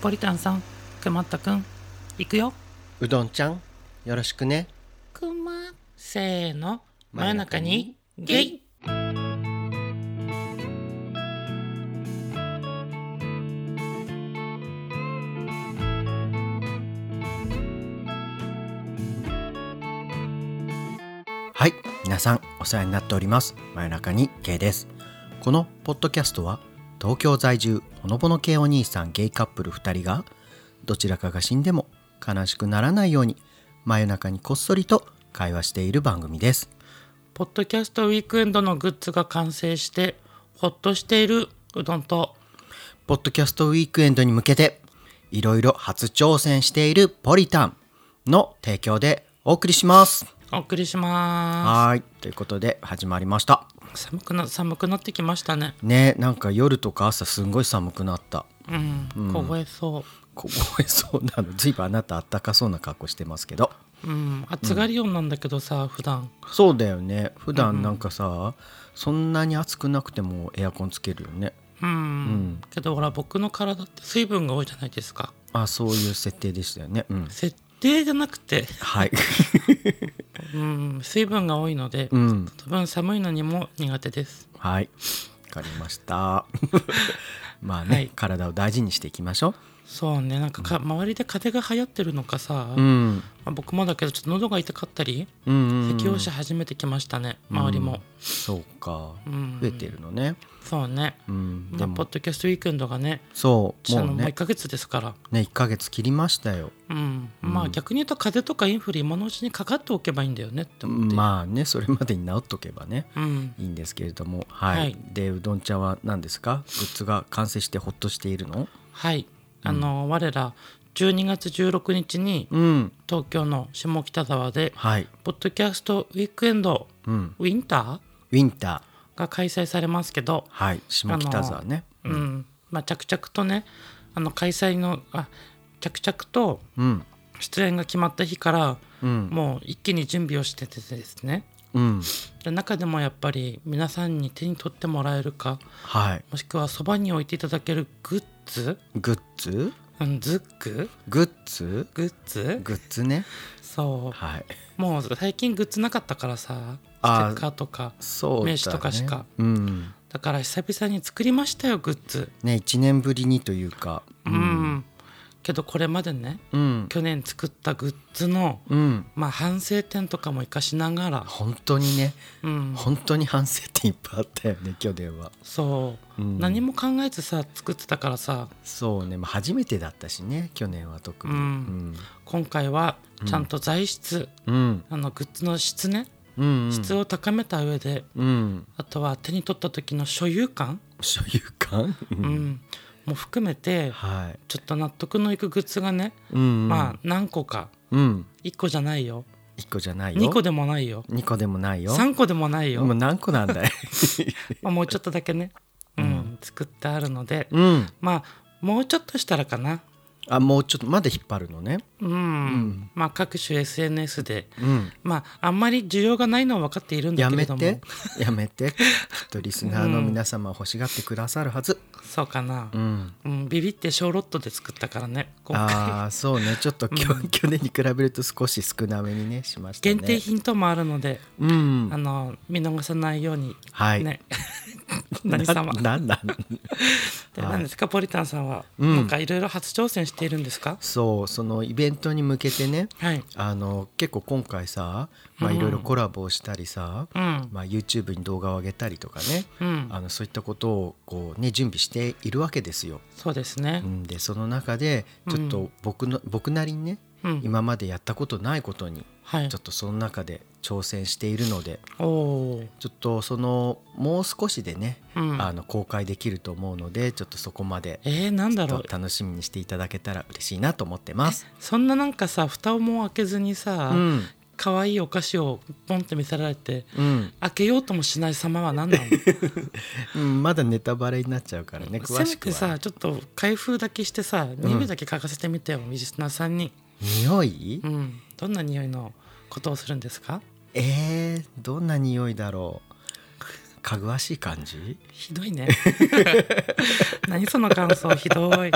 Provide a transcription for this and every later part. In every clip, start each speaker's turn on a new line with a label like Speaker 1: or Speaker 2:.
Speaker 1: ポリタンさんくまったくんいくよ
Speaker 2: うどんちゃんよろしくね
Speaker 1: くませーの真夜中にゲイ
Speaker 2: はい皆さんお世話になっております真夜中にゲイですこのポッドキャストは東京在住ほのぼの系お兄さんゲイカップル2人がどちらかが死んでも悲しくならないように真夜中にこっそりと会話している番組です
Speaker 1: ポッドキャストウィークエンドのグッズが完成してほっとしているうどんと
Speaker 2: ポッドキャストウィークエンドに向けていろいろ初挑戦しているポリタンの提供でお送りします
Speaker 1: お送りしま
Speaker 2: はいということで始まりました
Speaker 1: す寒くな寒くなってきましたね
Speaker 2: ねなんか夜とか朝すんごい寒くなった
Speaker 1: うん、凍えそ
Speaker 2: 凍えそうなのずいぶんあなたあったかそうな格好してますけど
Speaker 1: ううん暑がりようなんだけどさ、普段
Speaker 2: そうだよね普段なんかさ、そんなに暑くなくてもエアコンつけるよね
Speaker 1: うん、けどほら僕の体って水分が多いじゃないですか
Speaker 2: あそういう設定でしたよねうん
Speaker 1: 設定じゃなくて、
Speaker 2: はい
Speaker 1: うん、水分が多いので、
Speaker 2: うん
Speaker 1: 多分寒いのにも苦手です
Speaker 2: はいわかりました まあね、
Speaker 1: はい
Speaker 2: 体を大事にしていきましょ
Speaker 1: そうねなんかか周りで風邪が流行ってるのかさ、
Speaker 2: う、うん、
Speaker 1: まあ僕もだけどちょっと喉が痛かったり
Speaker 2: うんうんうん
Speaker 1: 咳をし始めてきましたね、周りも、
Speaker 2: そうか
Speaker 1: うん
Speaker 2: 増えてるのね
Speaker 1: そうね、
Speaker 2: うん
Speaker 1: まあ
Speaker 2: でも
Speaker 1: ポッドキャストウィークエンドがね
Speaker 2: そう
Speaker 1: あ
Speaker 2: も
Speaker 1: のも
Speaker 2: う
Speaker 1: う1
Speaker 2: ね
Speaker 1: ヶ月ですから、
Speaker 2: ね1ヶ月切りましたよ
Speaker 1: うんまあ逆に言うと風邪とかインフル今のうちにかかっておけばいいんだよねって思って、
Speaker 2: まあねそれまでに治っとけばね
Speaker 1: うん、
Speaker 2: いいんですけれどもはい、
Speaker 1: はい
Speaker 2: でうどん茶は何ですかグッズが完成してほっとしているの
Speaker 1: はいあの、我ら12月16日に
Speaker 2: うん
Speaker 1: 東京の下北沢で
Speaker 2: はい
Speaker 1: ポッドキャストウィークエンド、
Speaker 2: うん
Speaker 1: ウィンタ
Speaker 2: ウィンター
Speaker 1: ーが開催されますけど、
Speaker 2: はい下北沢ね、
Speaker 1: うんまあ、着々とねあの開催のあ着々と
Speaker 2: うん
Speaker 1: 出演が決まった日から、
Speaker 2: うん
Speaker 1: もう一気に準備をしててですね
Speaker 2: うん
Speaker 1: で中でもやっぱり皆さんに手に取ってもらえるか
Speaker 2: はい
Speaker 1: もしくはそばに置いていただけるグッズ、
Speaker 2: グッズ
Speaker 1: うん、ズック
Speaker 2: グッズ
Speaker 1: グッズ
Speaker 2: グッズね
Speaker 1: そ
Speaker 2: はいう
Speaker 1: もう最近グッズなかったからさステ
Speaker 2: あー
Speaker 1: ッカーとか
Speaker 2: そうだ、ね、
Speaker 1: 名刺とかしか
Speaker 2: うん
Speaker 1: だから久々に作りましたよグッズ
Speaker 2: ね1年ぶりにというか
Speaker 1: うん、けどこれまでね
Speaker 2: うん
Speaker 1: 去年作ったグッズの
Speaker 2: うん
Speaker 1: まあ反省点とかも生かしながら、
Speaker 2: 本当にね
Speaker 1: うん、
Speaker 2: 本当に反省点いっぱいあったよね去年は
Speaker 1: そう、
Speaker 2: うん
Speaker 1: 何も考えずさ作ってたからさ
Speaker 2: そうね、まあ、初めてだったしね去年は特に
Speaker 1: うん今回はちゃんと材質、
Speaker 2: うんうん
Speaker 1: あのグッズの質ね
Speaker 2: うん
Speaker 1: 質を高めた上で、
Speaker 2: うん、
Speaker 1: あとは手に取った時の所有感、
Speaker 2: 所有感、
Speaker 1: うんも含めて
Speaker 2: はい、
Speaker 1: ちょっと納得のいくグッズがね、
Speaker 2: うん
Speaker 1: まあ何個か
Speaker 2: うん、
Speaker 1: 1個じゃないよ
Speaker 2: 一個じゃないよ
Speaker 1: 2個でもないよ
Speaker 2: 二個でもないよ
Speaker 1: 3個でもないよ、
Speaker 2: もう何個なん だい
Speaker 1: まあ、もうちょっとだけね、うん作ってあるので、
Speaker 2: うん
Speaker 1: まあもうちょっとしたらかな、
Speaker 2: あもうちょっとまだ引っ張るのね
Speaker 1: うんまあ、各種 SNS で、
Speaker 2: うん
Speaker 1: まああんまり需要がないのは分かっているんだ
Speaker 2: や
Speaker 1: けれ
Speaker 2: め
Speaker 1: ども
Speaker 2: てやめてきっとリスナーの皆様は欲しがってくださるはず、
Speaker 1: そうかな、
Speaker 2: う
Speaker 1: うん
Speaker 2: ん、
Speaker 1: ビビって小ロットで作ったからね今回
Speaker 2: ああそうねちょっと去,、去年に比べると少し少なめにねしましたね
Speaker 1: 限定品ともあるので、
Speaker 2: うん
Speaker 1: あの見逃さないように、
Speaker 2: はい、
Speaker 1: ね 何 様
Speaker 2: ななんなん
Speaker 1: で何ですかポリタンさんは、なんかいろいろ初挑戦しているんですか
Speaker 2: そうそのイベントに向けてね
Speaker 1: はい
Speaker 2: あの結構今回さまあいろいろコラボをしたりさ、
Speaker 1: うん
Speaker 2: まあ、YouTube に動画を上げたりとかね、
Speaker 1: うん
Speaker 2: あのそういったことをこう、ね、準備しているわけですよ。
Speaker 1: そうですね
Speaker 2: うんでその中でちょっと僕の、僕なりにね、
Speaker 1: うん
Speaker 2: 今までやったことないことに
Speaker 1: はい
Speaker 2: ちょっとその中で挑戦しているので
Speaker 1: おおー
Speaker 2: ちょっとそのもう少しでね、
Speaker 1: うん
Speaker 2: あの公開できると思うのでちょっとそこまで
Speaker 1: えー、なんだ
Speaker 2: ちょ
Speaker 1: ろ
Speaker 2: っ
Speaker 1: う
Speaker 2: と楽しみにしていただけたら嬉しいなと思ってます。
Speaker 1: そんななんかさ蓋をもう開けずにさ
Speaker 2: うん
Speaker 1: 可愛、いお菓子をポンって見せられて
Speaker 2: うん
Speaker 1: 開けようともしない様は 何なの
Speaker 2: うん、まだネタバレになっちゃうからね詳
Speaker 1: せ
Speaker 2: し
Speaker 1: め
Speaker 2: く
Speaker 1: て
Speaker 2: は
Speaker 1: さちょっと開封だけしてさ匂いだけ嗅がせてみてよ、ミジスナーさんに、
Speaker 2: 匂い、
Speaker 1: うん、どんな匂いのことをするんですか
Speaker 2: えー、どんな匂いだろうか ぐわしい感じ
Speaker 1: ひどいね何その感想ひどい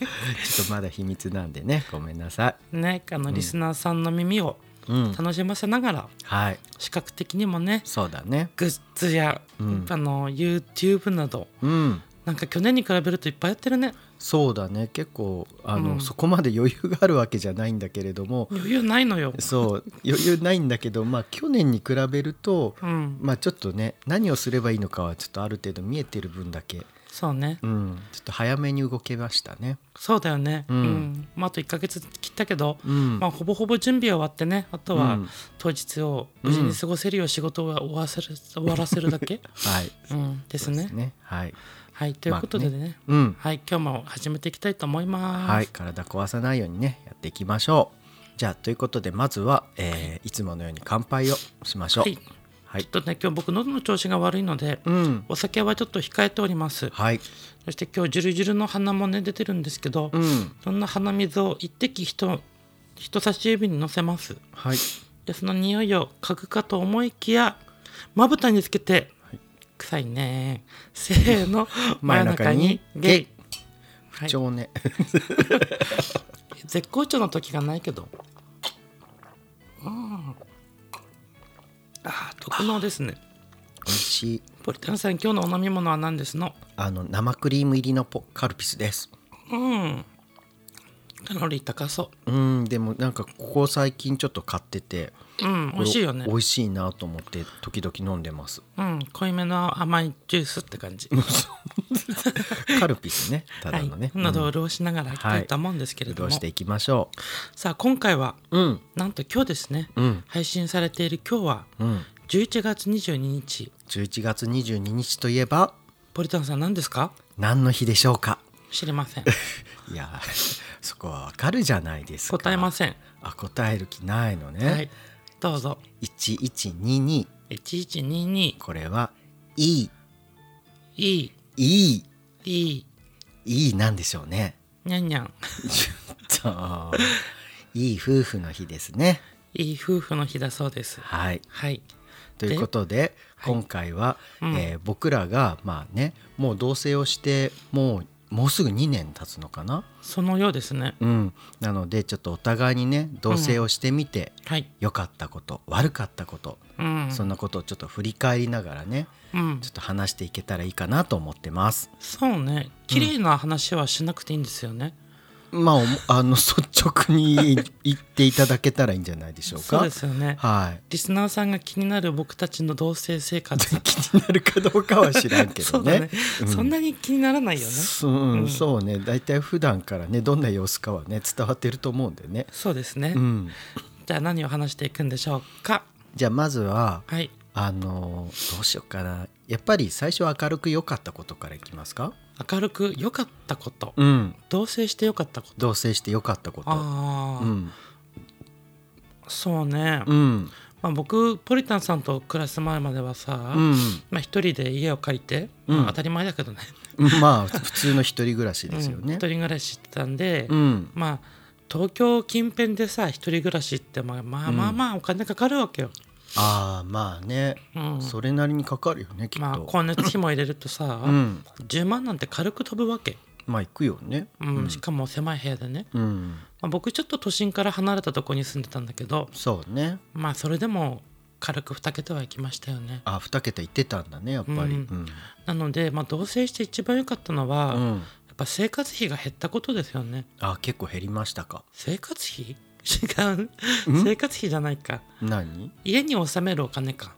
Speaker 2: ちょっとまだ秘密なんでねごめんなさ
Speaker 1: ねあのリスナーさんの耳を
Speaker 2: い、うん、
Speaker 1: 楽しませながら
Speaker 2: はい
Speaker 1: 視覚的にもね
Speaker 2: そうだね
Speaker 1: グッズや、
Speaker 2: うん
Speaker 1: あの YouTube など
Speaker 2: うん
Speaker 1: なんか去年に比べるといっぱいやってるね
Speaker 2: そうだね結構あの、
Speaker 1: うん
Speaker 2: そこまで余裕があるわけじゃないんだけれども
Speaker 1: 余裕ないのよ、
Speaker 2: そう余裕ないんだけどまあ去年に比べると
Speaker 1: うん、
Speaker 2: まあちょっとね何をすればいいのかはちょっとある程度見えてる分だけ、
Speaker 1: そうね
Speaker 2: うん、ちょっと早めに動けましたね。
Speaker 1: そうだよね、
Speaker 2: う
Speaker 1: うんんまあ、あと1ヶ月切ったけど、
Speaker 2: うん
Speaker 1: まあ、ほぼほぼ準備は終わってねあと
Speaker 2: う
Speaker 1: は
Speaker 2: ん
Speaker 1: 当日を無事に過ごせるよう仕事を終わらせる終わらせるだ け、
Speaker 2: はい
Speaker 1: うん、ですね。
Speaker 2: はい、
Speaker 1: はい、ということでね,、
Speaker 2: うん
Speaker 1: はい、今日も始めていきたいと思います。
Speaker 2: はい、体壊さないようにねやっていきましょう。じゃあということでまずは、えーいつものように乾杯をしましょう。
Speaker 1: はい
Speaker 2: はい
Speaker 1: ちょっとね今日僕喉の調子が悪いので、
Speaker 2: うん
Speaker 1: お酒はちょっと控えております
Speaker 2: はい
Speaker 1: そして今日ジュルジュルの鼻もね出てるんですけど、
Speaker 2: うん
Speaker 1: そんな鼻水を一滴人人差し指にのせます
Speaker 2: はい
Speaker 1: でその匂いを嗅ぐかと思いきやまぶたにつけて、
Speaker 2: はい
Speaker 1: 臭いねせーの
Speaker 2: 真
Speaker 1: 真
Speaker 2: 夜
Speaker 1: 夜
Speaker 2: 中
Speaker 1: 中
Speaker 2: に
Speaker 1: に
Speaker 2: ゲ
Speaker 1: ゲ
Speaker 2: イ
Speaker 1: イ、はい、
Speaker 2: 超ね
Speaker 1: 絶好調の時がないけどうんああ特能ですね
Speaker 2: 美味しい
Speaker 1: ポリタンさん今日のお飲み物は何ですの
Speaker 2: あの生クリーム入りのポカルピスです。
Speaker 1: うんカロリー高そ
Speaker 2: うんでもなんかここ最近ちょっと買ってて
Speaker 1: ううん美味しいよね
Speaker 2: 美味しいなと思って時々飲んでます。
Speaker 1: うん濃いめの甘いジュースって感じ
Speaker 2: カルピス ねただ
Speaker 1: はい
Speaker 2: のね。うん
Speaker 1: 喉を潤しながらいきたいと思うんですけれど
Speaker 2: ど
Speaker 1: も、
Speaker 2: うしていきましょ
Speaker 1: さあ今回は
Speaker 2: う。うん
Speaker 1: なんと今日ですね、
Speaker 2: うん
Speaker 1: 配信されている今日は
Speaker 2: うん。
Speaker 1: 11月22日
Speaker 2: 11月22日といえば
Speaker 1: ポリタンさん何ですか
Speaker 2: 何の日でしょうか。
Speaker 1: 知りません
Speaker 2: いや そこはわかるじゃないですか。
Speaker 1: 答えません
Speaker 2: あ答える気ないのね。
Speaker 1: はいどうぞ
Speaker 2: 1122
Speaker 1: 1122
Speaker 2: これはいい
Speaker 1: いい
Speaker 2: いい
Speaker 1: いい
Speaker 2: いいなんでしょうね。
Speaker 1: にゃんにゃ ん
Speaker 2: そう いい夫婦の日ですね。
Speaker 1: いい夫婦の日だそうです
Speaker 2: はい。
Speaker 1: はい
Speaker 2: ということで今回は、
Speaker 1: うん
Speaker 2: えー僕らがまあねもう同棲をしてもうもうすぐ2年経つのかな、
Speaker 1: そのようですね
Speaker 2: うん、なのでちょっとお互いにね同棲をしてみて
Speaker 1: はい
Speaker 2: 良、かったこと悪かったこと、
Speaker 1: うん
Speaker 2: そんなことをちょっと振り返りながらね
Speaker 1: うん
Speaker 2: ちょっと話していけたらいいかなと思ってます。
Speaker 1: そうね綺麗な話はしなくていいんですよね、
Speaker 2: まあおもあの率直に言っていただけたらいいんじゃないでしょうか。
Speaker 1: そうですよね
Speaker 2: はい
Speaker 1: リスナーさんが気になる僕たちの同棲生 活
Speaker 2: 気になるかどうかは知らんけ
Speaker 1: そ
Speaker 2: ど
Speaker 1: うだ
Speaker 2: ね
Speaker 1: ね。、そんなに気にならないよね
Speaker 2: そう,、ん、そうね大体普段からねどんな様子かはね伝わってると思うんでね、
Speaker 1: そうですね、
Speaker 2: うん、
Speaker 1: じゃあ何を話していくんでしょうか
Speaker 2: じゃあまずは
Speaker 1: はい
Speaker 2: あのどうしようかなやっぱり最初明るく良かったことからいきますか
Speaker 1: 明るく良かったこと、
Speaker 2: うん
Speaker 1: 同棲して良かったこと
Speaker 2: 同棲して良かったこと
Speaker 1: ああ、
Speaker 2: うん
Speaker 1: そうね、
Speaker 2: うん
Speaker 1: まあ、僕ポリタンさんと暮らす前まではさ、
Speaker 2: うん
Speaker 1: まあ、一人で家を借りて、
Speaker 2: うん
Speaker 1: まあ当たり前だけ どね
Speaker 2: まあ普通の一人暮らしですよ
Speaker 1: うん一
Speaker 2: ね
Speaker 1: 人暮らししてたんで、
Speaker 2: うん
Speaker 1: まあ東京近辺でさ一人暮らしってまあまあまあまあお金かかるわけよ、
Speaker 2: ああまあね
Speaker 1: うん
Speaker 2: それなりにかかるよねきっ
Speaker 1: まあ
Speaker 2: と
Speaker 1: 光熱費も入れると さ、
Speaker 2: うん
Speaker 1: 10万なんて軽く飛ぶわけ、
Speaker 2: まあ行くよね
Speaker 1: うんしかも狭い部屋でね、
Speaker 2: うん
Speaker 1: まあ、僕ちょっと都心から離れたとこに住んでたんだけど
Speaker 2: そうね
Speaker 1: まあそれでも軽く2桁はいきましたよね
Speaker 2: あ二桁行ってたんだねやっぱり
Speaker 1: うんなので、まあ、同棲して一番良かったの
Speaker 2: う
Speaker 1: は、
Speaker 2: ん
Speaker 1: や
Speaker 2: うん
Speaker 1: っぱ生活費が減ったことですよね
Speaker 2: あ結構減りましたか
Speaker 1: 生活費違う生活費じゃないか
Speaker 2: 何
Speaker 1: 家に納めるお金か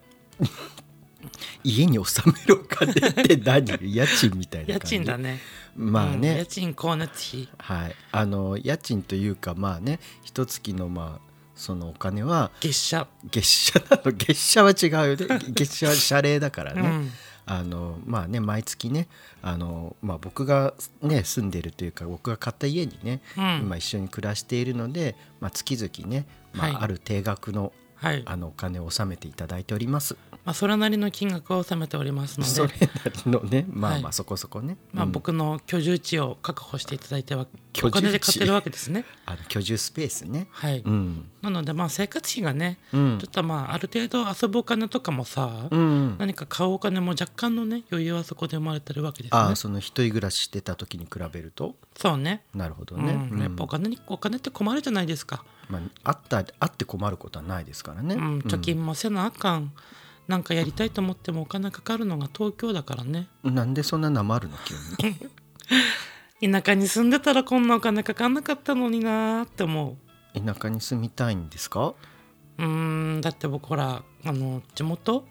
Speaker 2: 家に納めるお金って何家賃みたいな
Speaker 1: 家
Speaker 2: 感じ
Speaker 1: 賃だね
Speaker 2: まあ
Speaker 1: うん
Speaker 2: ね
Speaker 1: 家、賃光熱費
Speaker 2: はいあの家賃というかまあね一月のまあそのお金は
Speaker 1: 月謝、
Speaker 2: 月謝なの月謝は違うよね月謝は謝礼だから
Speaker 1: う
Speaker 2: ね、
Speaker 1: ん、
Speaker 2: あのまあね毎月ねあの、まあ、僕がね住んでるというか僕が買った家にね、
Speaker 1: うん
Speaker 2: 今一緒に暮らしているので、まあ、月々ね、まあ
Speaker 1: はい
Speaker 2: ある定額の
Speaker 1: はい
Speaker 2: あのお金を納めていただいております。
Speaker 1: まあ、それなりの金額を納めておりますの
Speaker 2: そ
Speaker 1: で
Speaker 2: れ、なりのねまあま
Speaker 1: は
Speaker 2: あ
Speaker 1: い
Speaker 2: そこそこね、
Speaker 1: まあ、
Speaker 2: うん
Speaker 1: 僕の居住地を確保していただいては
Speaker 2: 居
Speaker 1: お
Speaker 2: 住地
Speaker 1: 金で買ってるわけですね。
Speaker 2: あの居住スペースね
Speaker 1: はい、
Speaker 2: うん
Speaker 1: なのでまあ生活費がね、
Speaker 2: うん
Speaker 1: ちょっとまあある程度遊ぶお金とかもさ、
Speaker 2: うん
Speaker 1: 何か買うお金も若干のね余裕はそこで生まれてるわけです
Speaker 2: あ
Speaker 1: ね
Speaker 2: あ。その一人暮らししてた時に比べると
Speaker 1: そうね
Speaker 2: なるほどね、
Speaker 1: うん、やっぱお金にお金って困るじゃないですか、
Speaker 2: まあ、あったあって困ることはないですからね、
Speaker 1: うん、貯
Speaker 2: う
Speaker 1: 金もせなあかんなんかやりたいと思ってもお金かかるのが東京だからね
Speaker 2: んなんでそんななまるの急に
Speaker 1: 田舎に住んでたらこんなお金かかんなかったのになーって思
Speaker 2: 田舎に住みたいんですか
Speaker 1: ううーんだって僕ほらあの地元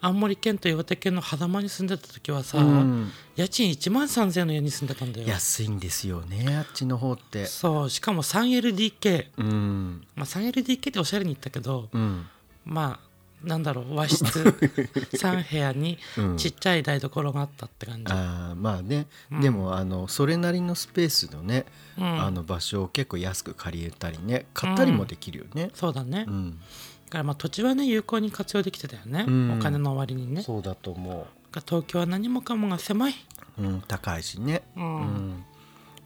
Speaker 1: 青森県と岩手県の狭間に住んでた時はさ、
Speaker 2: うん
Speaker 1: 家賃1万3,000円の家に住んでたんだよ
Speaker 2: 安いんですよねあっちの方って
Speaker 1: そうしかも 3LDK
Speaker 2: うん
Speaker 1: まあ 3LDK っておしゃれに言ったけど
Speaker 2: うん
Speaker 1: まあなんだろう 和室3部屋に
Speaker 2: うん
Speaker 1: ちっちゃい台所があったって感じ、
Speaker 2: あーまあね、
Speaker 1: うん
Speaker 2: でもあのそれなりのスペースのね、
Speaker 1: うん
Speaker 2: あの場所を結構安く借りれたりね買ったりもできるよね、
Speaker 1: そうだね、
Speaker 2: うん
Speaker 1: だからまあ土地はね有効に活用できてたよね、
Speaker 2: うん
Speaker 1: お金の割にね
Speaker 2: そうだと思
Speaker 1: だから東京は何もかもが狭い、
Speaker 2: う、うん、高いしね、
Speaker 1: う
Speaker 2: うんん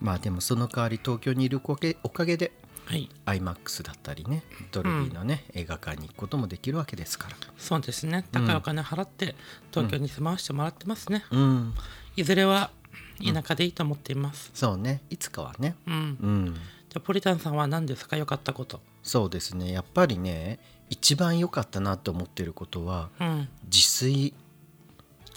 Speaker 2: まあでもその代わり東京にいるおかげおかげで
Speaker 1: はい
Speaker 2: IMAX だったりねドルビーのね、映画館に行くこともできるわけですから、
Speaker 1: そうですね高いお金払って東京に住まわしてもらってますね、
Speaker 2: うん、
Speaker 1: いずれは田舎でいいと思っています、
Speaker 2: そうねいつかはね、
Speaker 1: うん
Speaker 2: うん、
Speaker 1: じゃあポリタンさんは何ですか良かったこと
Speaker 2: そうですねやっぱりね一番良かったなと思ってることは
Speaker 1: うん
Speaker 2: 自炊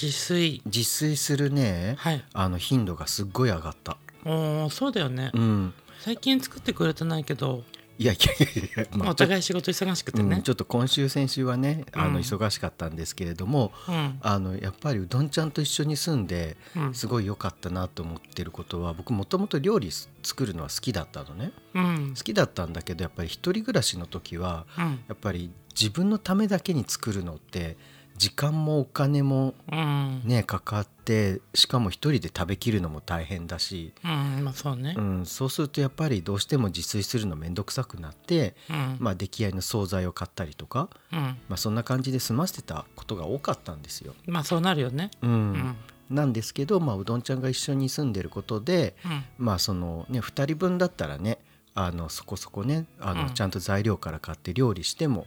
Speaker 1: 自炊
Speaker 2: 自炊するね、
Speaker 1: はい
Speaker 2: あの頻度がすっごい上がった、
Speaker 1: おーそうだよね、
Speaker 2: うん、
Speaker 1: 最近作ってくれてないけど、
Speaker 2: いやいやいやいや、まあ
Speaker 1: お互い仕事忙しくて
Speaker 2: うん
Speaker 1: ね
Speaker 2: ちょっと今週先週はねあ
Speaker 1: うん
Speaker 2: の忙しかったんですけれども、
Speaker 1: うん
Speaker 2: あのやっぱりうどんちゃんと一緒に住んで
Speaker 1: うん
Speaker 2: すごい良かったなと思ってることは僕もともと料理す作るのは好きだったのね
Speaker 1: うん
Speaker 2: 好きだったんだけどやっぱり一人暮らしの時は
Speaker 1: うん
Speaker 2: やっぱり自分のためだけに作るのって時間もお金も
Speaker 1: うん、
Speaker 2: ねかかってしかも一人で食べきるのも大変だし、
Speaker 1: うん、まあそうね
Speaker 2: うん、そうするとやっぱりどうしても自炊するの面倒くさくなって、
Speaker 1: うん、
Speaker 2: まあ、出来合いの惣菜を買ったりとか、
Speaker 1: うん
Speaker 2: まあ、そんな感じで済ませてたことが多かったんですよ。
Speaker 1: まあそうなるよね。
Speaker 2: うん
Speaker 1: うん
Speaker 2: なんですけど、まあ、うどんちゃんが一緒に住んでることで、
Speaker 1: うん
Speaker 2: まあそのね、2人分だったらねあのそこそこねあの、
Speaker 1: うん
Speaker 2: ちゃんと材料から買って料理しても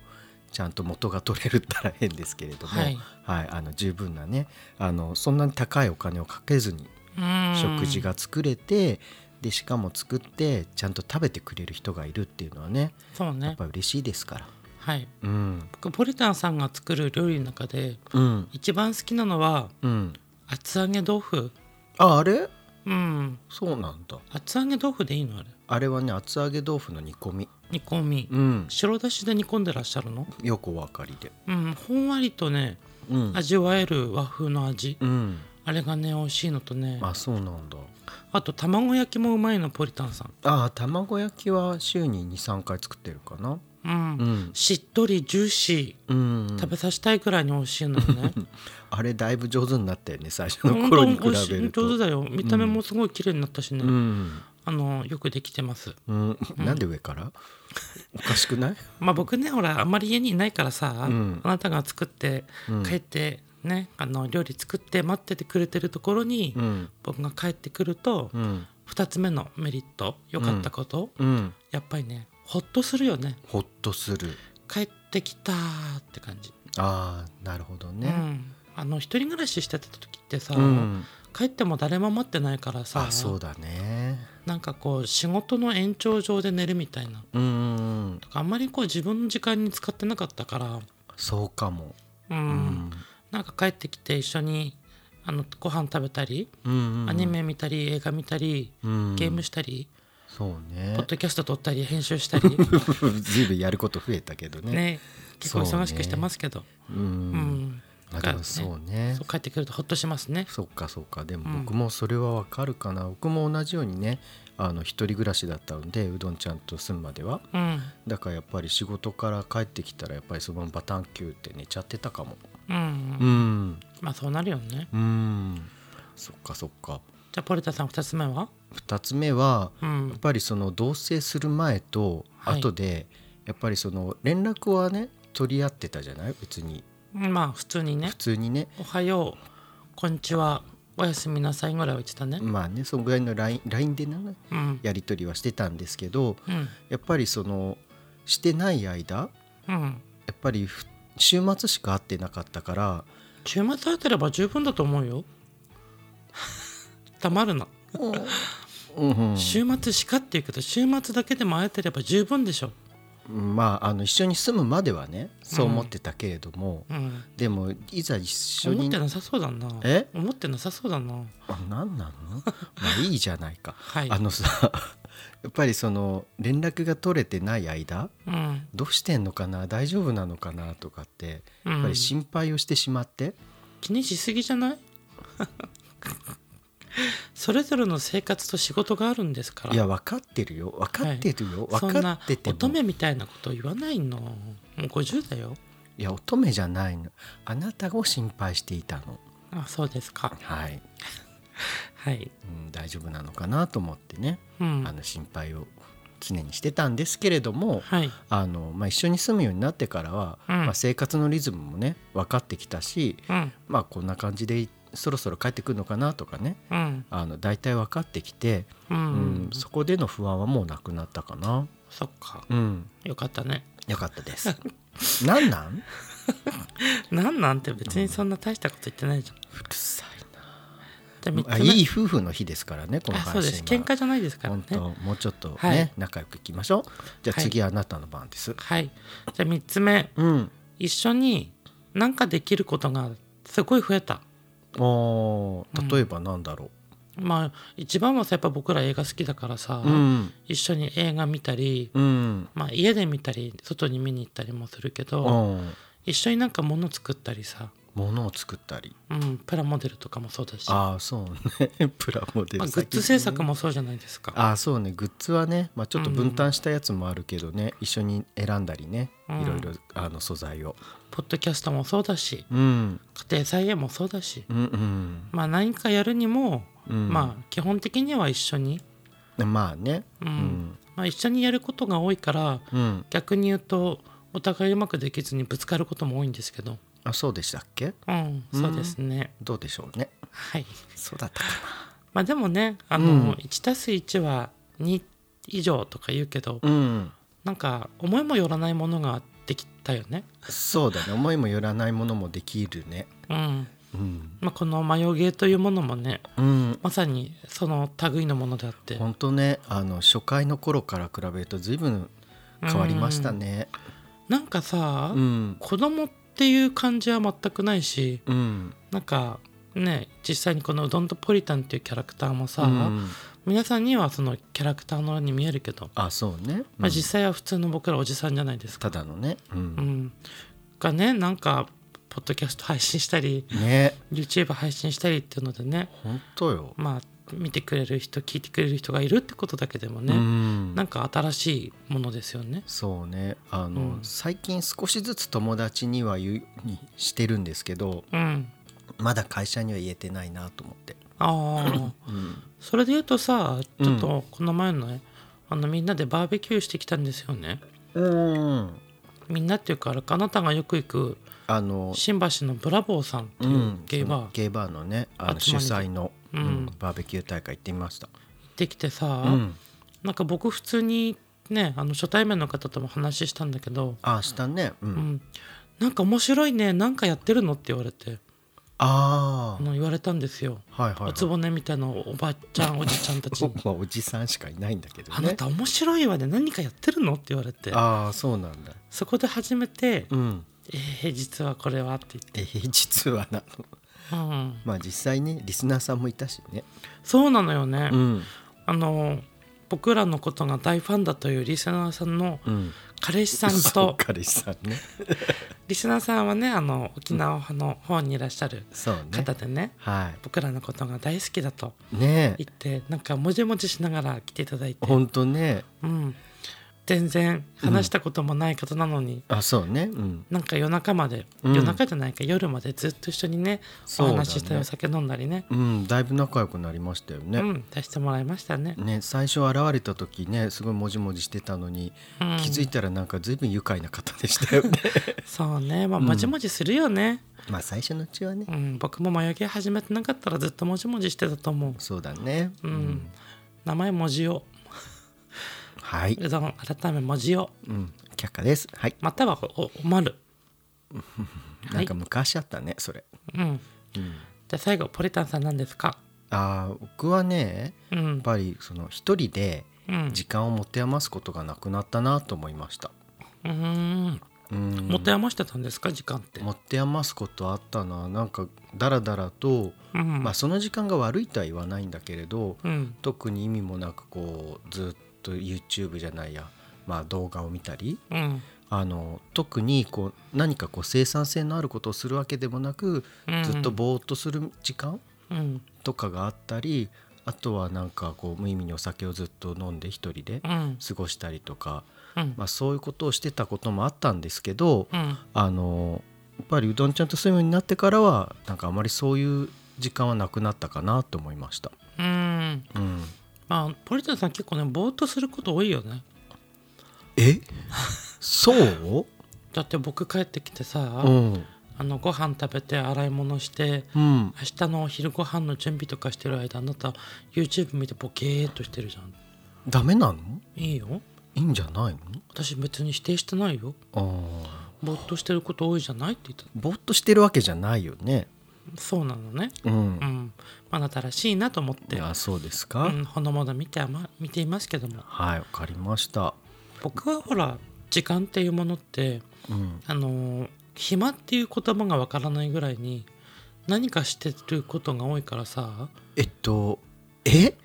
Speaker 2: ちゃんと元が取れるったら変ですけれども、
Speaker 1: はい
Speaker 2: はいあの十分なねあのそんなに高いお金をかけずに
Speaker 1: うん
Speaker 2: 食事が作れて、でしかも作ってちゃんと食べてくれる人がいるっていうのはね
Speaker 1: そう
Speaker 2: やっ
Speaker 1: ね
Speaker 2: ぱ嬉しいですから。
Speaker 1: はい
Speaker 2: うん、
Speaker 1: 僕ポリタンさんが作る料理の中で
Speaker 2: うん、
Speaker 1: 一番好きなのは
Speaker 2: うん
Speaker 1: 厚揚げ豆腐
Speaker 2: ああれ
Speaker 1: うん
Speaker 2: そうなんだ
Speaker 1: 厚揚げ豆腐でいいのあれ
Speaker 2: あれはね厚揚げ豆腐の煮込み
Speaker 1: 煮込み、
Speaker 2: うん
Speaker 1: 白だしで煮込んでらっしゃるの
Speaker 2: よくお分かりで
Speaker 1: うんほんわりとね
Speaker 2: うん
Speaker 1: 味わえる和風の味、
Speaker 2: うん
Speaker 1: あれがね美味しいのとねあ
Speaker 2: あそうなんだ
Speaker 1: と卵焼きもうまいのポリタンさん
Speaker 2: ああ卵焼きは週に23回作ってるかな
Speaker 1: うん、
Speaker 2: うん
Speaker 1: しっとりジューシ
Speaker 2: うん
Speaker 1: ー食べさせたいくらいに美味しいのよね
Speaker 2: あれだいぶ上手になったよね最初 の
Speaker 1: 本当
Speaker 2: 頃
Speaker 1: に
Speaker 2: に比
Speaker 1: 美味しい
Speaker 2: べる
Speaker 1: 上手
Speaker 2: と
Speaker 1: だよ見た目もすごい綺麗になったしね、
Speaker 2: うん、
Speaker 1: あのよくできてます
Speaker 2: うん、なんで上 からおかしくない
Speaker 1: まあ僕ねほらあんまり家にいないからさ、
Speaker 2: うん
Speaker 1: あなたが作って
Speaker 2: うん
Speaker 1: 帰ってね、あの料理作って待っててくれてるところに、
Speaker 2: うん
Speaker 1: 僕が帰ってくると、
Speaker 2: うん
Speaker 1: 2つ目のメリット良かったこと、
Speaker 2: うん
Speaker 1: やっぱりねほっとするよね
Speaker 2: ほっとする
Speaker 1: 帰ってきたーって感じ、
Speaker 2: ああなるほど
Speaker 1: う
Speaker 2: ね、
Speaker 1: ん、あの一人暮らししてた時ってさ、
Speaker 2: うん、
Speaker 1: 帰っても誰も待ってないからさ
Speaker 2: あそうだね
Speaker 1: なんかこう仕事の延長上で寝るみたいな
Speaker 2: うん
Speaker 1: あんまりこう自分の時間に使ってなかったから
Speaker 2: そうかも
Speaker 1: うん、なんか帰ってきて一緒にあのご飯食べたり、
Speaker 2: うん
Speaker 1: アニメ見たり映画見たり、
Speaker 2: うん
Speaker 1: ゲームしたり、
Speaker 2: そうね
Speaker 1: ポッドキャスト撮ったり編集したり
Speaker 2: ずいぶんやること増えたけどね
Speaker 1: ね結構忙しくしてますけど、
Speaker 2: う、
Speaker 1: うんんだ
Speaker 2: まあで
Speaker 1: から
Speaker 2: もそうね
Speaker 1: そう帰ってくるとほっとしますね
Speaker 2: そっかそっかでも僕もそれはわかるかな、僕も同じようにねあの一人暮らしだったのでうどんちゃんと住むまでは
Speaker 1: うん
Speaker 2: だからやっぱり仕事から帰ってきたらやっぱりそのままバタンキューって寝ちゃってたかも
Speaker 1: うん、
Speaker 2: うん
Speaker 1: まあそうなるよね
Speaker 2: うんそっかそっか
Speaker 1: じゃあポリタさん2つ目は
Speaker 2: 2つ目は
Speaker 1: う
Speaker 2: やっ
Speaker 1: ん
Speaker 2: ぱりその同棲する前と
Speaker 1: はい
Speaker 2: 後でやっぱりその連絡はね取り合ってたじゃない別に
Speaker 1: うまあ普通にね
Speaker 2: 普通にね
Speaker 1: 「おはよう」「こんにちは」「おやすみなさい」ぐらいは言ってたね。
Speaker 2: まあねそのぐらいの LINE, LINE でな
Speaker 1: うん
Speaker 2: やり取りはしてたんですけど
Speaker 1: うん
Speaker 2: やっぱりそのしてない間
Speaker 1: うん
Speaker 2: やっぱりふ週末しか会ってなかったから
Speaker 1: 週末会ってれば十分だと思うよ。黙るな。
Speaker 2: うんうん
Speaker 1: 週末しかっていうけど週末だけでも会えてれば十分でしょ。
Speaker 2: まああの一緒に住むまではねそう思ってたけれども、
Speaker 1: うん、
Speaker 2: でもいざ一緒
Speaker 1: 思っ
Speaker 2: に
Speaker 1: てなさそうだな。
Speaker 2: え
Speaker 1: 思ってなさそうだな。
Speaker 2: あ何なの まあいいじゃないか
Speaker 1: はい。
Speaker 2: あのさ やっぱりその連絡が取れてない間
Speaker 1: うん
Speaker 2: どうしてんのかな大丈夫なのかなとかって
Speaker 1: うん
Speaker 2: やっぱり心配をしてしまって、
Speaker 1: 気にしすぎじゃない それぞれの生活と仕事があるんですから
Speaker 2: いや分かってるよ分かってるよ、
Speaker 1: そん
Speaker 2: 分か
Speaker 1: な
Speaker 2: ってて
Speaker 1: 乙
Speaker 2: も
Speaker 1: 女みたいなこと言わないのもう50だよ
Speaker 2: いや乙女じゃないのあなたを心配していたの
Speaker 1: あそうですか
Speaker 2: はい、
Speaker 1: はい
Speaker 2: うん、大丈夫なのかなと思ってね、
Speaker 1: うん
Speaker 2: あの心配を常にしてたんですけれども、
Speaker 1: はい
Speaker 2: あのまあ、一緒に住むようになってからは、
Speaker 1: うん
Speaker 2: まあ、生活のリズムもね分かってきたし、
Speaker 1: うん
Speaker 2: まあ、こんな感じでそろそろ帰ってくるのかなとかね
Speaker 1: うん
Speaker 2: あの大体分かってきて、
Speaker 1: う、
Speaker 2: うんん、そこでの不安はもうなくなったかな。
Speaker 1: そっか
Speaker 2: うん、
Speaker 1: よかったね
Speaker 2: よかったです。 なんなん
Speaker 1: なんなんて別にそんな大したこと言ってないじゃん
Speaker 2: うるさい
Speaker 1: じゃあ3
Speaker 2: なあ
Speaker 1: つ目
Speaker 2: いい夫婦の日ですからねこの
Speaker 1: あそ
Speaker 2: 配
Speaker 1: うです
Speaker 2: 信
Speaker 1: 喧
Speaker 2: は。
Speaker 1: 嘩じゃないですから
Speaker 2: 本
Speaker 1: ね
Speaker 2: 当もうちょっとね、
Speaker 1: はい
Speaker 2: 仲良くいきましょう。じゃあ
Speaker 1: はい
Speaker 2: 次はあなたの番です。
Speaker 1: はいじゃあ3つ目
Speaker 2: うん。
Speaker 1: 一緒になんかできることがすごい増えた
Speaker 2: おー例えばなんだろ
Speaker 1: まあ一番はさやっぱ僕ら映画好きだからさ、
Speaker 2: う。うん。
Speaker 1: 一緒に映画見たり、
Speaker 2: うん。
Speaker 1: まあ、家で見たり外に見に行ったりもするけど、
Speaker 2: うん。
Speaker 1: 一緒になんか物作ったりさ、
Speaker 2: 物を作ったり
Speaker 1: うん、プラモデルとかもそうだし
Speaker 2: ああそうね プラモデル、
Speaker 1: まあ、グッズ制作もそうじゃないですか。
Speaker 2: ああそうねグッズはね、まあ、ちょっと分担したやつもあるけどね、一緒に選んだりね
Speaker 1: うん
Speaker 2: いろいろあの素材を、
Speaker 1: ポッドキャストもそうだし
Speaker 2: うん、
Speaker 1: 家庭菜園もそうだし、
Speaker 2: うんうん
Speaker 1: まあ、何かやるにも、
Speaker 2: うん
Speaker 1: まあ基本的には一緒に、
Speaker 2: あまあね
Speaker 1: うん
Speaker 2: うん
Speaker 1: まあ、一緒にやることが多いから
Speaker 2: うん
Speaker 1: 逆に言うとお互いうまくできずにぶつかることも多いんですけど、
Speaker 2: あそうでしたっけ
Speaker 1: うん、そうですね、
Speaker 2: どうでしょうね
Speaker 1: はい。
Speaker 2: そうだったか
Speaker 1: まあでもねあ
Speaker 2: う
Speaker 1: の、
Speaker 2: ん
Speaker 1: 1たす1は2以上とか言うけど、
Speaker 2: なうん
Speaker 1: なんか思いもよらないものができたよね。
Speaker 2: そうだね思いもよらないものもできるね
Speaker 1: うん
Speaker 2: うん、
Speaker 1: まあ、この「マヨゲー」というものもね
Speaker 2: うん、
Speaker 1: まさにその類のものであって
Speaker 2: ほんとねあの初回の頃から比べると随分変わりましたね
Speaker 1: なんかさ、
Speaker 2: うん
Speaker 1: 子供っていう感じは全くないし
Speaker 2: うん
Speaker 1: なんかね実際にこのうどんとポリタンっていうキャラクターもさ、
Speaker 2: うん
Speaker 1: 皆さんにはそのキャラクターのように見えるけど、
Speaker 2: あそうね、
Speaker 1: ま
Speaker 2: う
Speaker 1: あ、
Speaker 2: ん
Speaker 1: 実際は普通の僕らおじさんじゃないですか。
Speaker 2: ただのね、う
Speaker 1: うんん、がねなんかポッドキャスト配信したり
Speaker 2: ね
Speaker 1: YouTube 配信したりっていうのでね
Speaker 2: 本当よ、
Speaker 1: まあ見てくれる人聞いてくれる人がいるってことだけでもね、
Speaker 2: うん
Speaker 1: なんか新しいものですよね。
Speaker 2: そうねあの、
Speaker 1: うん
Speaker 2: 最近少しずつ友達には言うにしてるんですけど
Speaker 1: うん、
Speaker 2: まだ会社には言えてないなと思って、
Speaker 1: ああ
Speaker 2: うん、
Speaker 1: それで言うとさ
Speaker 2: うん
Speaker 1: ちょっとこの前のね、あのみんなでバーベキューしてきたんですよね。
Speaker 2: うん
Speaker 1: みんなっていうかあれかあなたがよく行く
Speaker 2: あの、
Speaker 1: 新橋のブラボーさんって
Speaker 2: う、
Speaker 1: いうんゲイ
Speaker 2: そ
Speaker 1: バー
Speaker 2: のゲイバーのねあの
Speaker 1: 集
Speaker 2: 主
Speaker 1: まりで
Speaker 2: 催の、
Speaker 1: うん
Speaker 2: バーベキュー大会行ってみました、
Speaker 1: できてさ、
Speaker 2: うん、
Speaker 1: なんか僕普通にねあの初対面の方とも話したんだけど、
Speaker 2: あしたね、うん
Speaker 1: うん、なんか面白いねなんかやってるのって言われて
Speaker 2: あ
Speaker 1: あの言われたんですよ。
Speaker 2: あはいはい、はい、
Speaker 1: おつぼねみたいなおばちゃんおじちゃんたち に
Speaker 2: まあおじさんしかいないんだ
Speaker 1: 「
Speaker 2: けどね
Speaker 1: あなた面白いわね何かやってるの?」って言われて
Speaker 2: ああそうなんだ
Speaker 1: そこで初めて
Speaker 2: うん
Speaker 1: 「えー、実はこれは」って
Speaker 2: えー実はな の
Speaker 1: 言って、うん、
Speaker 2: まあ実際ねリスナーさんもいたしね
Speaker 1: そうなのよね、
Speaker 2: ん
Speaker 1: あの僕らのことが大ファンだというリスナーさんの
Speaker 2: うん
Speaker 1: 彼氏さん
Speaker 2: そう
Speaker 1: と
Speaker 2: 彼氏さんね
Speaker 1: リスナーさんはねあの沖縄の方にいらっしゃる
Speaker 2: そうね
Speaker 1: 方でね
Speaker 2: は
Speaker 1: 僕らのことが大好きだと
Speaker 2: いねえ
Speaker 1: 言ってなんかもじもじしながら来ていただいて、
Speaker 2: ほんとね
Speaker 1: うん、全然話したこともない方なのに、
Speaker 2: あそうねうん
Speaker 1: なんか夜中まで、
Speaker 2: うん
Speaker 1: 夜中じゃないか夜までずっと一緒にねお
Speaker 2: そうだね
Speaker 1: 話ししたりお酒飲んだりね
Speaker 2: うんだいぶ仲良くなりましたよ
Speaker 1: う
Speaker 2: ね、
Speaker 1: ん出してもらいましたね、
Speaker 2: ね最初現れた時ねすごいもじもじしてたのに、
Speaker 1: うん
Speaker 2: 気づいたらなんか随分愉快な方でし たよね
Speaker 1: そうねまあ
Speaker 2: うん
Speaker 1: もじもじするよね、
Speaker 2: まあ最初のうちはね
Speaker 1: うん僕も眉毛始めてなかったらずっともじもじしてたと思う
Speaker 2: そうだね
Speaker 1: うん、名前もじお
Speaker 2: はいう
Speaker 1: どん改めもじお
Speaker 2: うん却下ですはい
Speaker 1: またはおおまる
Speaker 2: なんか昔あったねそれ、
Speaker 1: うん
Speaker 2: うん、
Speaker 1: じゃあ最後ポリタンさん何ですか
Speaker 2: あー僕はね
Speaker 1: う
Speaker 2: や
Speaker 1: ん
Speaker 2: っ、ぱりその一人で
Speaker 1: うん、
Speaker 2: 時間を持て余すことがなくなったなと思いました、
Speaker 1: うーん
Speaker 2: うん、
Speaker 1: 持て余してたんですか時間って、
Speaker 2: 持て余すことあったななんかダラダラと、
Speaker 1: うん
Speaker 2: まあ、その時間が悪いとは言わないんだけれど
Speaker 1: うん
Speaker 2: 特に意味もなくこうずっと YouTube じゃないや、まあ、動画を見たり
Speaker 1: うん
Speaker 2: あの特にこう何かこう生産性のあることをするわけでもなく
Speaker 1: うん
Speaker 2: ずっとぼーっとする時間
Speaker 1: うん
Speaker 2: とかがあったりあとはなんかこう無意味にお酒をずっと飲んで一人で
Speaker 1: うん
Speaker 2: 過ごしたりとか、
Speaker 1: うん
Speaker 2: まあ、そういうことをしてたこともあったんですけど、
Speaker 1: うん
Speaker 2: あのやっぱりうどんちゃんと住むようになってからはなんかあまりそういう時間はなくなったかなと思いました。
Speaker 1: うん
Speaker 2: うん、
Speaker 1: まあポリタンさん結構ねぼーっとすること多いよね
Speaker 2: えそう、
Speaker 1: だって僕帰ってきてさ、
Speaker 2: うん
Speaker 1: あのご飯食べて洗い物して
Speaker 2: うん、
Speaker 1: 明日のお昼ご飯の準備とかしてる間あなた YouTube 見てボケーっとしてるじゃん
Speaker 2: ダメなの
Speaker 1: いいよ
Speaker 2: いいんじゃないの
Speaker 1: 私別に否定してないよ
Speaker 2: あ
Speaker 1: ぼーっとしてること多いじゃないって言っ
Speaker 2: ーぼーっとしてるわけじゃないよね。
Speaker 1: たそうなのね
Speaker 2: うん
Speaker 1: う、んあなたらしいなと思って、
Speaker 2: あそうです
Speaker 1: う
Speaker 2: か、
Speaker 1: ん、ほのぼの見て,、ま、見ていますけども
Speaker 2: はいわかりました。
Speaker 1: 僕はほら時間っていうものって
Speaker 2: うん、
Speaker 1: あのー暇っていう言葉がわからないぐらいに何かしてることが多いからさ
Speaker 2: えっとえ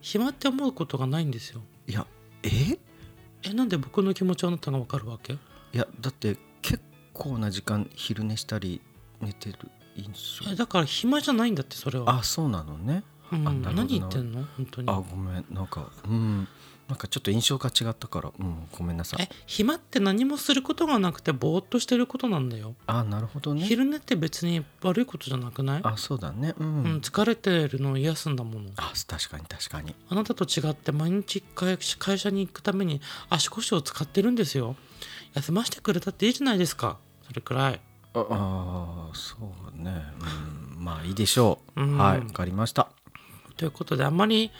Speaker 1: 暇って思うことがないんですよ
Speaker 2: いやえ
Speaker 1: えなんで僕の気持ちあなたがわかるわけ
Speaker 2: いやだって結構な時間昼寝したり寝てる印
Speaker 1: え
Speaker 2: 象
Speaker 1: だから暇じゃないんだってそれは、
Speaker 2: あそうなのね
Speaker 1: うん、
Speaker 2: あなるほどな
Speaker 1: 何言ってんの本当に
Speaker 2: あごめんなんかうんなんかちょっと印象が違ったからうんごめんなさい
Speaker 1: え暇って何もすることがなくてぼーっとしてることなんだよ、
Speaker 2: あなるほどね
Speaker 1: 昼寝って別に悪いことじゃなくない
Speaker 2: あそうだねうん、
Speaker 1: うん、疲れてるのを癒すんだもの
Speaker 2: あ確かに確かに
Speaker 1: あなたと違って毎日会会社に行くために足腰を使ってるんですよ休ませてくれたっていいじゃないですかそれくらい
Speaker 2: ああーそうねうんまあいいでしょう、
Speaker 1: うん
Speaker 2: はいわかりました
Speaker 1: ということであんまり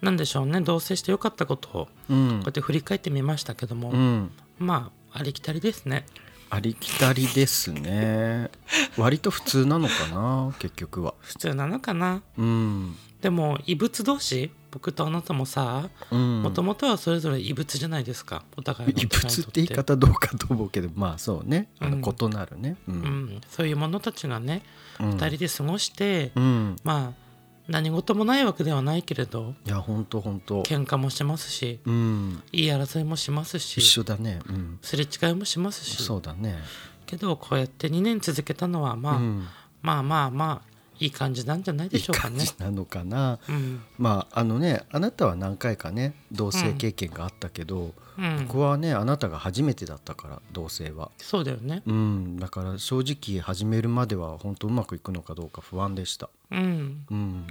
Speaker 1: なんでしょうね同棲してよかったことをこ
Speaker 2: う
Speaker 1: うんやって振り返ってみましたけども、
Speaker 2: うん
Speaker 1: まあありきたりですね
Speaker 2: ありきたりで すね割と普通なのかな結局は
Speaker 1: 普通なのかな
Speaker 2: うん
Speaker 1: でも異物同士僕とあなたもさ
Speaker 2: うん
Speaker 1: もともとはそれぞれ異物じゃないですかお互いの
Speaker 2: 異物って言い方どうかと思うけどまあそうねあの
Speaker 1: うん
Speaker 2: 異なるねう
Speaker 1: うんん、そういうものたちがね
Speaker 2: うん
Speaker 1: 二人で過ごして、
Speaker 2: うん
Speaker 1: まあ何事もないわけではないけれど
Speaker 2: いや本当本当
Speaker 1: 喧嘩もしますし
Speaker 2: うん
Speaker 1: 言い争いもします
Speaker 2: 一
Speaker 1: し
Speaker 2: 緒だねうん
Speaker 1: すれ違いもしますし
Speaker 2: そうだね
Speaker 1: けどこうやって2年続けたのはまあ、
Speaker 2: うん
Speaker 1: まあまあまあいい感じなんじゃない
Speaker 2: い
Speaker 1: で
Speaker 2: い
Speaker 1: しょうか
Speaker 2: 感
Speaker 1: ね
Speaker 2: じ。なのかな
Speaker 1: うん
Speaker 2: まああのねあなたは何回かね同棲経験があったけど
Speaker 1: うん、
Speaker 2: 僕はねあなたが初めてだったから同棲は
Speaker 1: そうだよね、
Speaker 2: うんだから正直始めるまでは本当うまくいくのかどうか不安でした
Speaker 1: うん、
Speaker 2: うん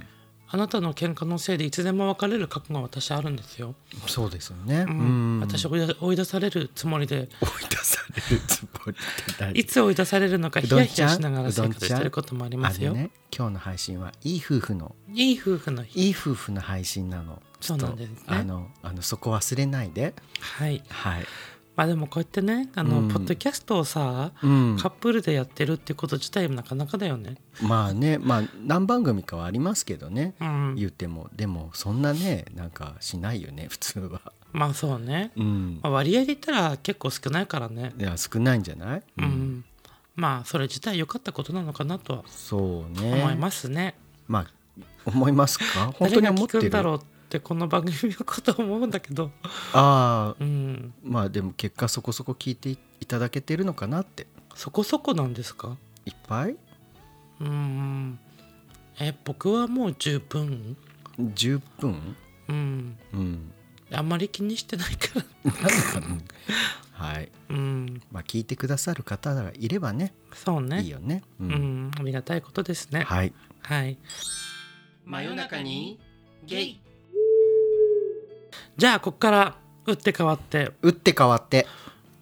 Speaker 1: あなたの喧嘩のせいでいつでも別れる覚悟が私あるんですよ、
Speaker 2: そうですよねう
Speaker 1: うん
Speaker 2: ん
Speaker 1: 私追い出追い出されるつもりで
Speaker 2: 追い出されるつもりって何
Speaker 1: い つ追い出されるのかヒヤヒヤしながら生活してることもありますよ、
Speaker 2: あれね今日の配信はいい夫婦の
Speaker 1: いい夫婦の日
Speaker 2: いい夫婦の配信なのちょっと
Speaker 1: そうなんですね
Speaker 2: あのあのそこ忘れないで
Speaker 1: はい
Speaker 2: はい、
Speaker 1: まあでもこうやってねあの、
Speaker 2: うん
Speaker 1: ポッドキャストをさ
Speaker 2: うん
Speaker 1: カップルでやってるってこと自体もなかなかだよね。
Speaker 2: まあねまあ何番組かはありますけどね、
Speaker 1: うん、
Speaker 2: 言ってもでもそんなねなんかしないよね普通は
Speaker 1: まあそうね、
Speaker 2: うん
Speaker 1: まあ、割合で言ったら結構少ないからね、
Speaker 2: いや少ないんじゃない、
Speaker 1: うんまあそれ自体良かったことなのかなとは
Speaker 2: そうね
Speaker 1: 思いますね。
Speaker 2: まあ思いますか本当に思っ
Speaker 1: 誰が聞く
Speaker 2: て
Speaker 1: ん
Speaker 2: る
Speaker 1: だろうってこの番組のことは思うんだけど、
Speaker 2: ああ
Speaker 1: うん、
Speaker 2: まあでも結果そこそこ聞いていただけてるのかなって
Speaker 1: そこそこなんですか
Speaker 2: いっぱい
Speaker 1: うんえ僕はもう十分、
Speaker 2: 10分
Speaker 1: うん、
Speaker 2: うん
Speaker 1: いあんまり気にしてないから
Speaker 2: はい、
Speaker 1: うん
Speaker 2: まあ、聞いてくださる方がいればね
Speaker 1: そうね
Speaker 2: いいよね、う
Speaker 1: うんんありがたいことですね
Speaker 2: はい
Speaker 1: はい
Speaker 2: 真夜中にゲイ
Speaker 1: じゃあこっから打って変わって
Speaker 2: 打って変わって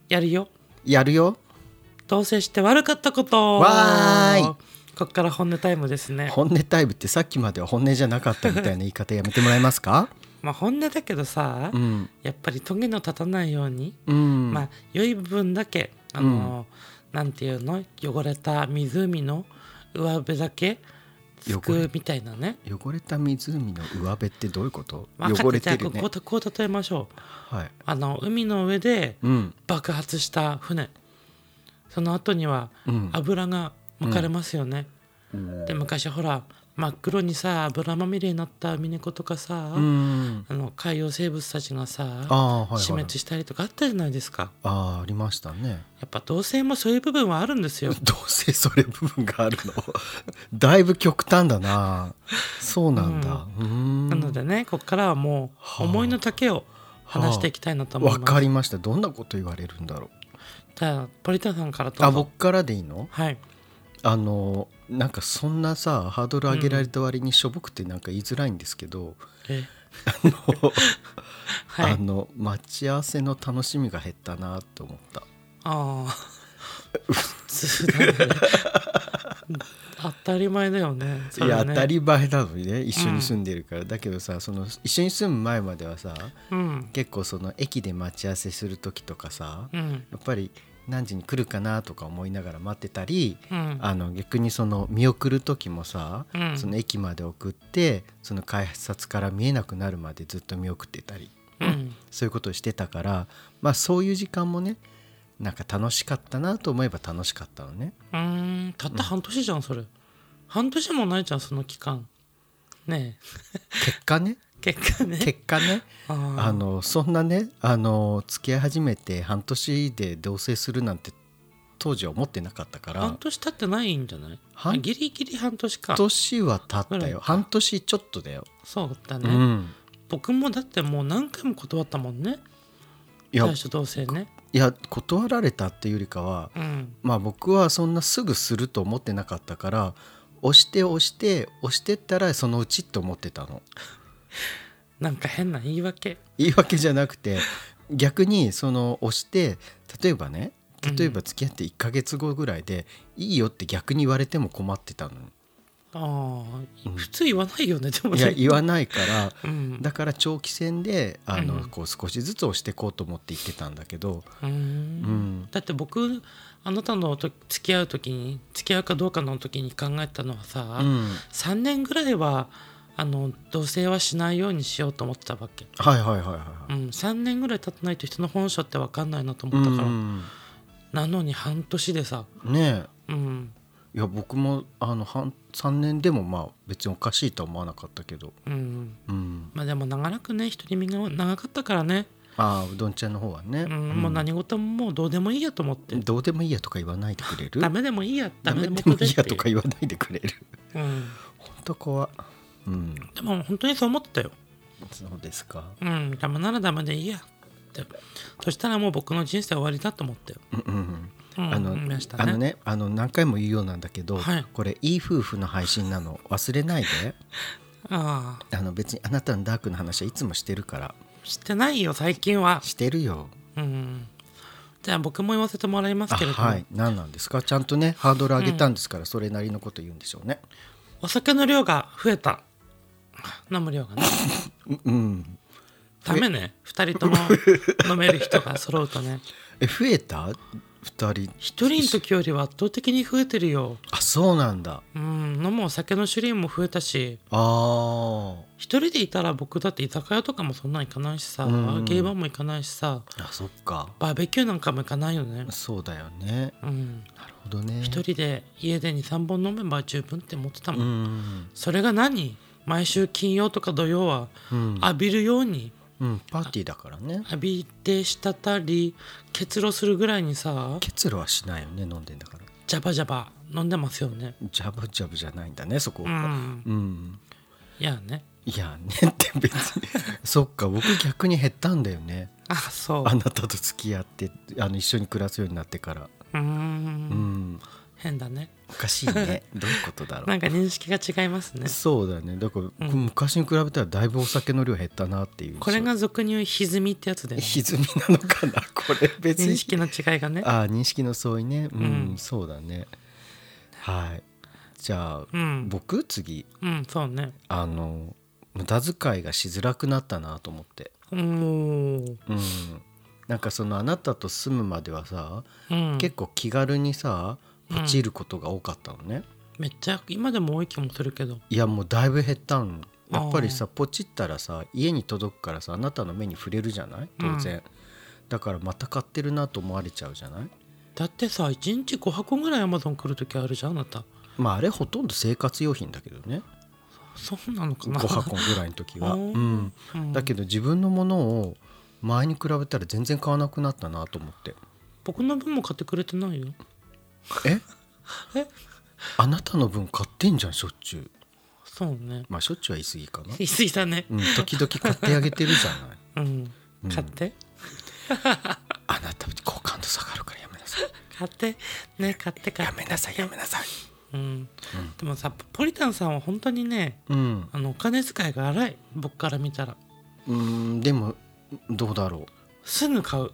Speaker 1: やるよ
Speaker 2: やるよ
Speaker 1: 同棲して悪かったこと
Speaker 2: わー
Speaker 1: こっから本音タイムですね
Speaker 2: 本音タイムってさっきまでは本音じゃなかったみたいな言い方やめてもらえますか
Speaker 1: まあ本音だけどさ、
Speaker 2: うん
Speaker 1: やっぱりトゲの立たないように、
Speaker 2: うん、
Speaker 1: まあ良い部分だけあの、なんていうの汚れた湖の上辺だけすく
Speaker 2: 汚
Speaker 1: う
Speaker 2: れ
Speaker 1: みたいなね
Speaker 2: 汚れた湖の上辺ってどういうこと
Speaker 1: わかっ
Speaker 2: 汚れて
Speaker 1: じゃ
Speaker 2: る
Speaker 1: あこ
Speaker 2: ね
Speaker 1: うこうこう例えましょう
Speaker 2: はい
Speaker 1: あの海の上で
Speaker 2: うん
Speaker 1: 爆発した船その後には
Speaker 2: うん
Speaker 1: 油が巻かれますよね、
Speaker 2: うん
Speaker 1: で昔ほら真っ黒にさ油まみれになったミネコとかさ、
Speaker 2: うん
Speaker 1: あの海洋生物たちがさ、
Speaker 2: ああはい
Speaker 1: 死
Speaker 2: はい
Speaker 1: 滅したりとかあったじゃないですか
Speaker 2: ああありましたね
Speaker 1: やっぱ同性もそういう部分はあるんですよ
Speaker 2: どうせそれ部分があるの だいぶ極端だなそうなんだうーん
Speaker 1: なのでねこっからはもう
Speaker 2: はあ
Speaker 1: 思いの丈を話していきたいなと思い
Speaker 2: わ
Speaker 1: ます、
Speaker 2: かりましたどんなこと言われるんだろう
Speaker 1: じゃあポリタンさんからどうぞ
Speaker 2: あ僕からでいいの
Speaker 1: はい
Speaker 2: あのなんかそんなさハードル上げられた割にしょぼくてなんか言いづらいんですけど、
Speaker 1: えは
Speaker 2: あ
Speaker 1: い
Speaker 2: の待ち合わせの楽しみが減ったなと思った
Speaker 1: ああ普通だね当たり前だよねそれ
Speaker 2: い
Speaker 1: ね
Speaker 2: や当たり前なのにね一緒に住んでるから、だけどさその一緒に住む前まではさ
Speaker 1: うん
Speaker 2: 結構その駅で待ち合わせする時とかさ、
Speaker 1: う
Speaker 2: や
Speaker 1: ん
Speaker 2: っぱり何時に来るかなとか思いながら待ってたり、
Speaker 1: うん
Speaker 2: あの逆にその見送る時もさ、
Speaker 1: うん
Speaker 2: その駅まで送ってその改札から見えなくなるまでずっと見送ってたり
Speaker 1: うん
Speaker 2: そういうことをしてたからまあそういう時間もねなんか楽しかったなと思えば楽しかったのね
Speaker 1: うーんたった半年じゃんそれ、半年もないじゃんその期間ね
Speaker 2: 結果ね
Speaker 1: え結果ね
Speaker 2: 結果ね
Speaker 1: あー
Speaker 2: あのそんなねあの付き合い始めて半年で同棲するなんて当時は思ってなかったから
Speaker 1: 半
Speaker 2: 半
Speaker 1: 年経ってないんじゃない
Speaker 2: 半
Speaker 1: あギリギリ半年か
Speaker 2: 年は経っ
Speaker 1: ぐら
Speaker 2: た
Speaker 1: いか
Speaker 2: よ半年ちょっとだよ、
Speaker 1: そうだ
Speaker 2: う
Speaker 1: ね、
Speaker 2: ん、
Speaker 1: 僕もだってもう何回も断ったもんね
Speaker 2: いや
Speaker 1: 最初同棲ね
Speaker 2: いや断られたっていうよりかは
Speaker 1: うん
Speaker 2: まあ僕はそんなすぐすると思ってなかったから押して押して押してったらそのうちって思ってたの
Speaker 1: なんか変な言い訳
Speaker 2: 言い訳じゃなくて逆にその押して例えばね例えば付き合って1ヶ月後ぐらいで、いいよって逆に言われても困ってたの
Speaker 1: あー、
Speaker 2: うん
Speaker 1: 普通言わないよねでも
Speaker 2: い
Speaker 1: ね
Speaker 2: や言わないから
Speaker 1: うん
Speaker 2: だから長期戦であの、
Speaker 1: うん
Speaker 2: こう少しずつ押していこうと思って言ってたんだけど、
Speaker 1: うーん
Speaker 2: うん
Speaker 1: だって僕あなたのと付き合う時に付き合うかどうかの時に考えたのはさ、
Speaker 2: うん
Speaker 1: 3年ぐらいはあの同棲はしないようにしようと思ってたわけ、
Speaker 2: はいはいはいはい
Speaker 1: うん、3年ぐらい経ってないと人の本性って分かんないなと
Speaker 2: う
Speaker 1: 思ったから、
Speaker 2: ん、
Speaker 1: なのに半年でさ、
Speaker 2: ねえ
Speaker 1: うん
Speaker 2: いや僕もあの半3年でもまあ別におかしいとは思わなかったけど、
Speaker 1: うん、
Speaker 2: うん、
Speaker 1: まあでも長らくね一人身が長かったからね、
Speaker 2: ああうどんちゃんの方はね、
Speaker 1: うんもう何事ももうどうでもいいやと思って、
Speaker 2: どうでもいいやとか言わないでくれる
Speaker 1: ダメでもいいや
Speaker 2: ダ
Speaker 1: ダメ
Speaker 2: メ
Speaker 1: でも
Speaker 2: で
Speaker 1: い
Speaker 2: も
Speaker 1: い
Speaker 2: いい
Speaker 1: や
Speaker 2: やとか言わないでくれる
Speaker 1: うん、
Speaker 2: 本当怖うん
Speaker 1: でも本当にそう思ってたよ
Speaker 2: そうですか
Speaker 1: うんダメならダメでいいやってそしたらもう僕の人生終わりだと思って
Speaker 2: うんうん
Speaker 1: うん
Speaker 2: あの
Speaker 1: 思いました
Speaker 2: あの
Speaker 1: ね
Speaker 2: ねあの何回も言うようなんだけど、
Speaker 1: はい
Speaker 2: これいい夫婦の配信なの忘れない で
Speaker 1: ああ
Speaker 2: あの別にあなたのダークの話はいつもしてるから
Speaker 1: してないよ最近は
Speaker 2: してるよ
Speaker 1: うんじゃあ僕も言わせてもらいます
Speaker 2: あ
Speaker 1: けれども、
Speaker 2: はい何なんですかちゃんとねハードル上げたんですから、それなりのこと言うんでしょうね
Speaker 1: お酒の量が増えた飲む量がね
Speaker 2: うん
Speaker 1: ダメね2人と も飲める人が揃うとね
Speaker 2: え増えた2人
Speaker 1: 1人の時よりは圧倒的に増えてるよ
Speaker 2: あそうなんだ
Speaker 1: うん飲むお酒の種類も増えたし
Speaker 2: あー
Speaker 1: 1人でいたら僕だって居酒屋とかもそんな行かないしさ
Speaker 2: うん
Speaker 1: ゲイバーも行かないしさ
Speaker 2: あそっか
Speaker 1: バーベキューなんかも行かないよね
Speaker 2: そうだよね
Speaker 1: うん
Speaker 2: なるほどね
Speaker 1: 1人で家で23本飲めば十分って思ってたもん、
Speaker 2: うん
Speaker 1: それが何毎週金曜とか土曜は
Speaker 2: うん、
Speaker 1: 浴びるように
Speaker 2: うん、パーティーだからね
Speaker 1: 浴びて滴り結露するぐらいにさ
Speaker 2: 結露はしないよね飲んでんだから
Speaker 1: ジャバジャバ飲んでますよね
Speaker 2: ジャブジャブじゃないんだねそこ
Speaker 1: う
Speaker 2: は
Speaker 1: ん
Speaker 2: うん、
Speaker 1: いやね
Speaker 2: いやねって別に そっか僕逆に減ったんだよね
Speaker 1: あそう
Speaker 2: あなたと付き合ってあの一緒に暮らすようになってから
Speaker 1: うー
Speaker 2: うんん
Speaker 1: 変だね
Speaker 2: おかしいね どういうことだろ
Speaker 1: なんか認識が違いますね
Speaker 2: うそうだねだから、
Speaker 1: うん
Speaker 2: 昔に比べたらだいぶお酒の量減ったなっていう
Speaker 1: これが俗に言う歪みってやつだよね
Speaker 2: 歪みなのかなこれ別に
Speaker 1: 認識の違いがね
Speaker 2: ああ認識の相違ねうん、
Speaker 1: うん
Speaker 2: そうだねはいじゃあ、
Speaker 1: うん
Speaker 2: 僕次
Speaker 1: うんそうね
Speaker 2: あの無駄遣いがしづらくなったなと思って
Speaker 1: おー
Speaker 2: うんなんかそのあなたと住むまではさ、
Speaker 1: うん
Speaker 2: 結構気軽にさポチることが多かったのね、
Speaker 1: めっちゃ今でも多い気もするけど
Speaker 2: いやもうだいぶ減ったのやっぱりさポチったらさ家に届くからさあなたの目に触れるじゃない当然、だからまた買ってるなと思われちゃうじゃない
Speaker 1: だってさ1日5箱ぐらいアマゾン来る時あるじゃんあなた
Speaker 2: まああれほとんど生活用品だけどね
Speaker 1: そうなのかな
Speaker 2: 5箱ぐらいの時
Speaker 1: あ
Speaker 2: は、う
Speaker 1: ー
Speaker 2: ん、
Speaker 1: うん
Speaker 2: だけど自分のものを前に比べたら全然買わなくなったなと思 って
Speaker 1: 僕の分も買ってくれてないよ
Speaker 2: え
Speaker 1: え
Speaker 2: あなたの分買ってんじゃんしょっちゅう
Speaker 1: そうね
Speaker 2: まあしょっちゅうは言い過ぎか な、
Speaker 1: 言い過ぎたね
Speaker 2: うん、時々買ってあげてるじゃない
Speaker 1: うん
Speaker 2: うん
Speaker 1: 買って
Speaker 2: あなた好感度下がるからやめなさい
Speaker 1: 買ってね買って買っ
Speaker 2: や
Speaker 1: て
Speaker 2: めなさいやめなさい
Speaker 1: うんでもさポリタンさんは本当にね
Speaker 2: うん
Speaker 1: あのお金遣いが荒い僕から見たら
Speaker 2: うんでもどうだろ
Speaker 1: すぐ買う
Speaker 2: う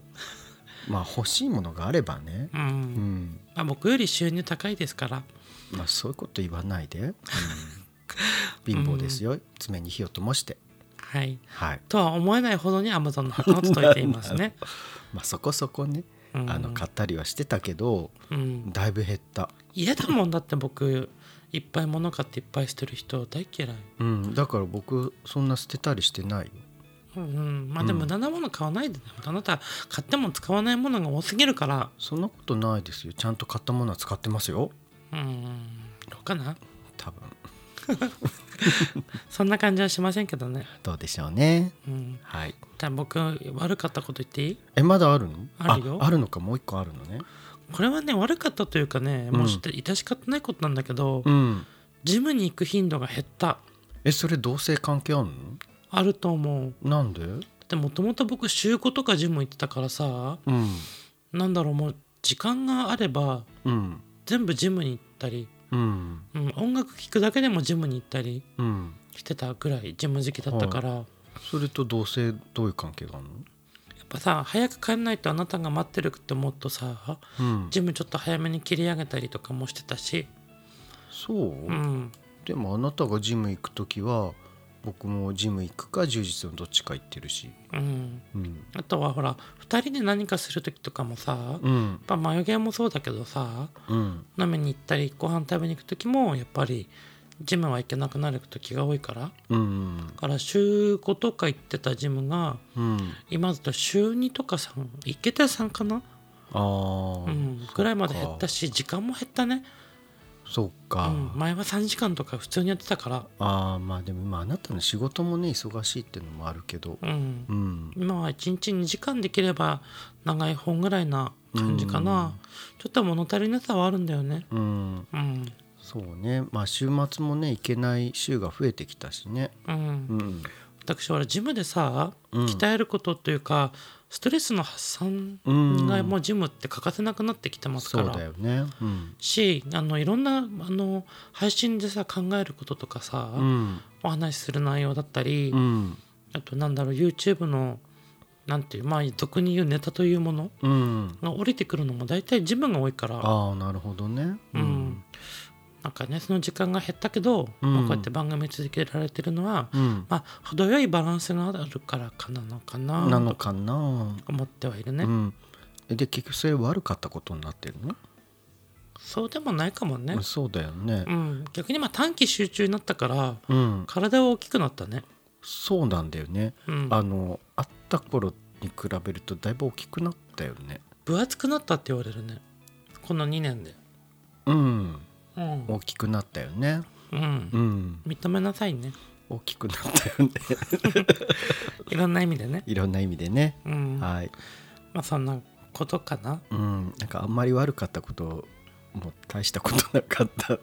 Speaker 2: まあ欲しいものがあればね
Speaker 1: う
Speaker 2: うんん
Speaker 1: まあ僕より収入高いですから
Speaker 2: まあそういうこと言わないで、 うん、貧乏ですよ爪に火を灯して
Speaker 1: はい
Speaker 2: はい
Speaker 1: とは思えないほどに Amazon の箱が届いていますね
Speaker 2: まあそこそこね
Speaker 1: うん
Speaker 2: あの買ったりはしてたけど
Speaker 1: うん
Speaker 2: だいぶ減った、
Speaker 1: 嫌だもんだって僕いっぱい物買っていっぱいしてる人大嫌い
Speaker 2: うん、だから僕そんな捨てたりしてないよ
Speaker 1: うんうんまあでも
Speaker 2: うん
Speaker 1: 無駄なもの買わないでね、あなた買っても使わないものが多すぎるから
Speaker 2: そんなことないですよちゃんと買ったものは使ってますよ
Speaker 1: うんどうかな
Speaker 2: 多分
Speaker 1: そんな感じはしませんけどね、
Speaker 2: どうでしょうね
Speaker 1: うん、
Speaker 2: はい
Speaker 1: じゃあ僕悪かったこと言っていい
Speaker 2: えまだあるの
Speaker 1: あるよ
Speaker 2: あるのかもう一個あるのね
Speaker 1: これはね悪かったというかねもうして致し方ないことなんだけど、
Speaker 2: うん
Speaker 1: ジムに行く頻度が減った
Speaker 2: えそれ同性関係あるの
Speaker 1: あると思う
Speaker 2: なんで
Speaker 1: でもともと僕週5とかジム行ってたからさ
Speaker 2: うん
Speaker 1: なんだろうもう時間があれば
Speaker 2: うん
Speaker 1: 全部ジムに行ったり、
Speaker 2: うん
Speaker 1: うん、音楽聴くだけでもジムに行ったり
Speaker 2: うん
Speaker 1: してたぐらいジム好きだったから、や
Speaker 2: それと同性どういう関係があるの
Speaker 1: っぱさ早く帰んないとあなたが待ってるって思うとさ
Speaker 2: うん
Speaker 1: ジムちょっと早めに切り上げたりとかもしてたし、
Speaker 2: そう、
Speaker 1: うん、
Speaker 2: でもあなたがジム行く時は僕もジム行くか充実のどっちか行ってるし
Speaker 1: うん、
Speaker 2: うん
Speaker 1: あとはほら2人で何かする時とかもさやっ
Speaker 2: うん
Speaker 1: ぱ眉毛もそうだけどさ
Speaker 2: うん
Speaker 1: 飲みに行ったりご飯食べに行く時もやっぱりジムは行けなくなる時が多いから
Speaker 2: うん
Speaker 1: だから週5とか行ってたジムが
Speaker 2: うん
Speaker 1: 今だと週2とか3行けて3かな、
Speaker 2: あー
Speaker 1: うん、ぐらいまで減ったし時間も減ったね、
Speaker 2: そう
Speaker 1: う
Speaker 2: か、
Speaker 1: ん、前は3時間とか普通にやってたから、
Speaker 2: あーまあでも今あなたの仕事もね忙しいっていうのもあるけど
Speaker 1: うん
Speaker 2: う、ん
Speaker 1: 今は1日2時間できれば長い本ぐらいな感じかな、ちょっと物足りなさはあるんだよね
Speaker 2: うん
Speaker 1: うん
Speaker 2: そうねまあ週末もね行けない週が増えてきたしね
Speaker 1: うん
Speaker 2: うん
Speaker 1: 私はジムでさ
Speaker 2: うん
Speaker 1: 鍛えることというか、ストレスの発散
Speaker 2: うん
Speaker 1: がもうジムって欠かせなくなってきてますか
Speaker 2: そう
Speaker 1: ら
Speaker 2: だよねうん、
Speaker 1: しあのいろんなあの配信でさ考えることとかさ、
Speaker 2: うん
Speaker 1: お話しする内容だったり、
Speaker 2: うん
Speaker 1: あとなんだろう YouTube のなんていうまあ俗に言うネタというもの
Speaker 2: うん、
Speaker 1: が降りてくるのも大体自分が多いから
Speaker 2: ああなるほどね
Speaker 1: うんなんかねその時間が減ったけど、
Speaker 2: うん
Speaker 1: まあこうやって番組続けられてるのは、
Speaker 2: うん、
Speaker 1: まあ程よいバランスがあるからかなのかな
Speaker 2: なの
Speaker 1: と
Speaker 2: かな、
Speaker 1: 思ってはいるね、
Speaker 2: うんえで結局それ悪かったことになってるの、
Speaker 1: そうでもないかもね
Speaker 2: うん、、そうだよね
Speaker 1: うん、逆にまあ短期集中になったから
Speaker 2: うん、
Speaker 1: 体は大きくなったね
Speaker 2: そうなんだよね
Speaker 1: うん
Speaker 2: あの会った頃に比べるとだいぶ大きくなったよね
Speaker 1: 分厚くなったって言われるねこの2年で
Speaker 2: うん
Speaker 1: うん、
Speaker 2: 大きくなったよね
Speaker 1: うん、
Speaker 2: うん
Speaker 1: 認めなさいね
Speaker 2: 大きくなったよね
Speaker 1: いろんな意味でね
Speaker 2: いろんな意味でね、
Speaker 1: うんま
Speaker 2: はい、
Speaker 1: あそんなことかな
Speaker 2: うん、なんかあんまり悪かったことも大したことなかったね、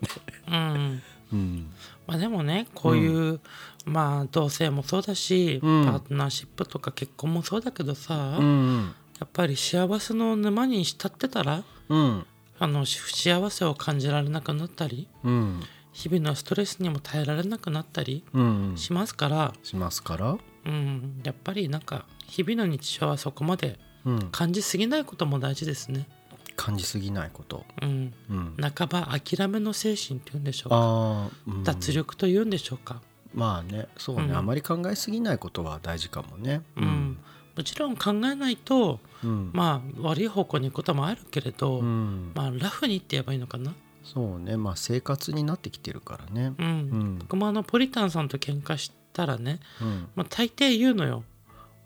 Speaker 1: うん
Speaker 2: うん
Speaker 1: まあでもねこういう、まあ同性もそうだし、
Speaker 2: うん
Speaker 1: パートナーシップとか結婚もそうだけどさ、
Speaker 2: うんうん
Speaker 1: やっぱり幸せの沼に浸ってたら
Speaker 2: うん
Speaker 1: あのし不幸せを感じられなくなったり
Speaker 2: うん
Speaker 1: 日々のストレスにも耐えられなくなったり
Speaker 2: うん
Speaker 1: しますから、
Speaker 2: しますから
Speaker 1: うん、やっぱりなんか日々の日常はそこまで
Speaker 2: うん
Speaker 1: 感じすぎないことも大事ですね。
Speaker 2: 感じすぎないこと
Speaker 1: うん、
Speaker 2: うん
Speaker 1: 半ば諦めの精神っていうんでしょうか
Speaker 2: あーうん
Speaker 1: 脱力というんでしょうか、
Speaker 2: まあねそうね、
Speaker 1: うん
Speaker 2: あまり考えすぎないことは大事かもね
Speaker 1: うんもちろん考えないと、
Speaker 2: うん
Speaker 1: まあ、悪い方向に行くこともあるけれど、
Speaker 2: うん
Speaker 1: まあ、ラフにって言えばいいのかな、
Speaker 2: そうねまあ生活になってきてるからね
Speaker 1: うん
Speaker 2: うん
Speaker 1: 僕もあのポリタンさんと喧嘩したらね、
Speaker 2: うん
Speaker 1: まあ、大抵言うのよ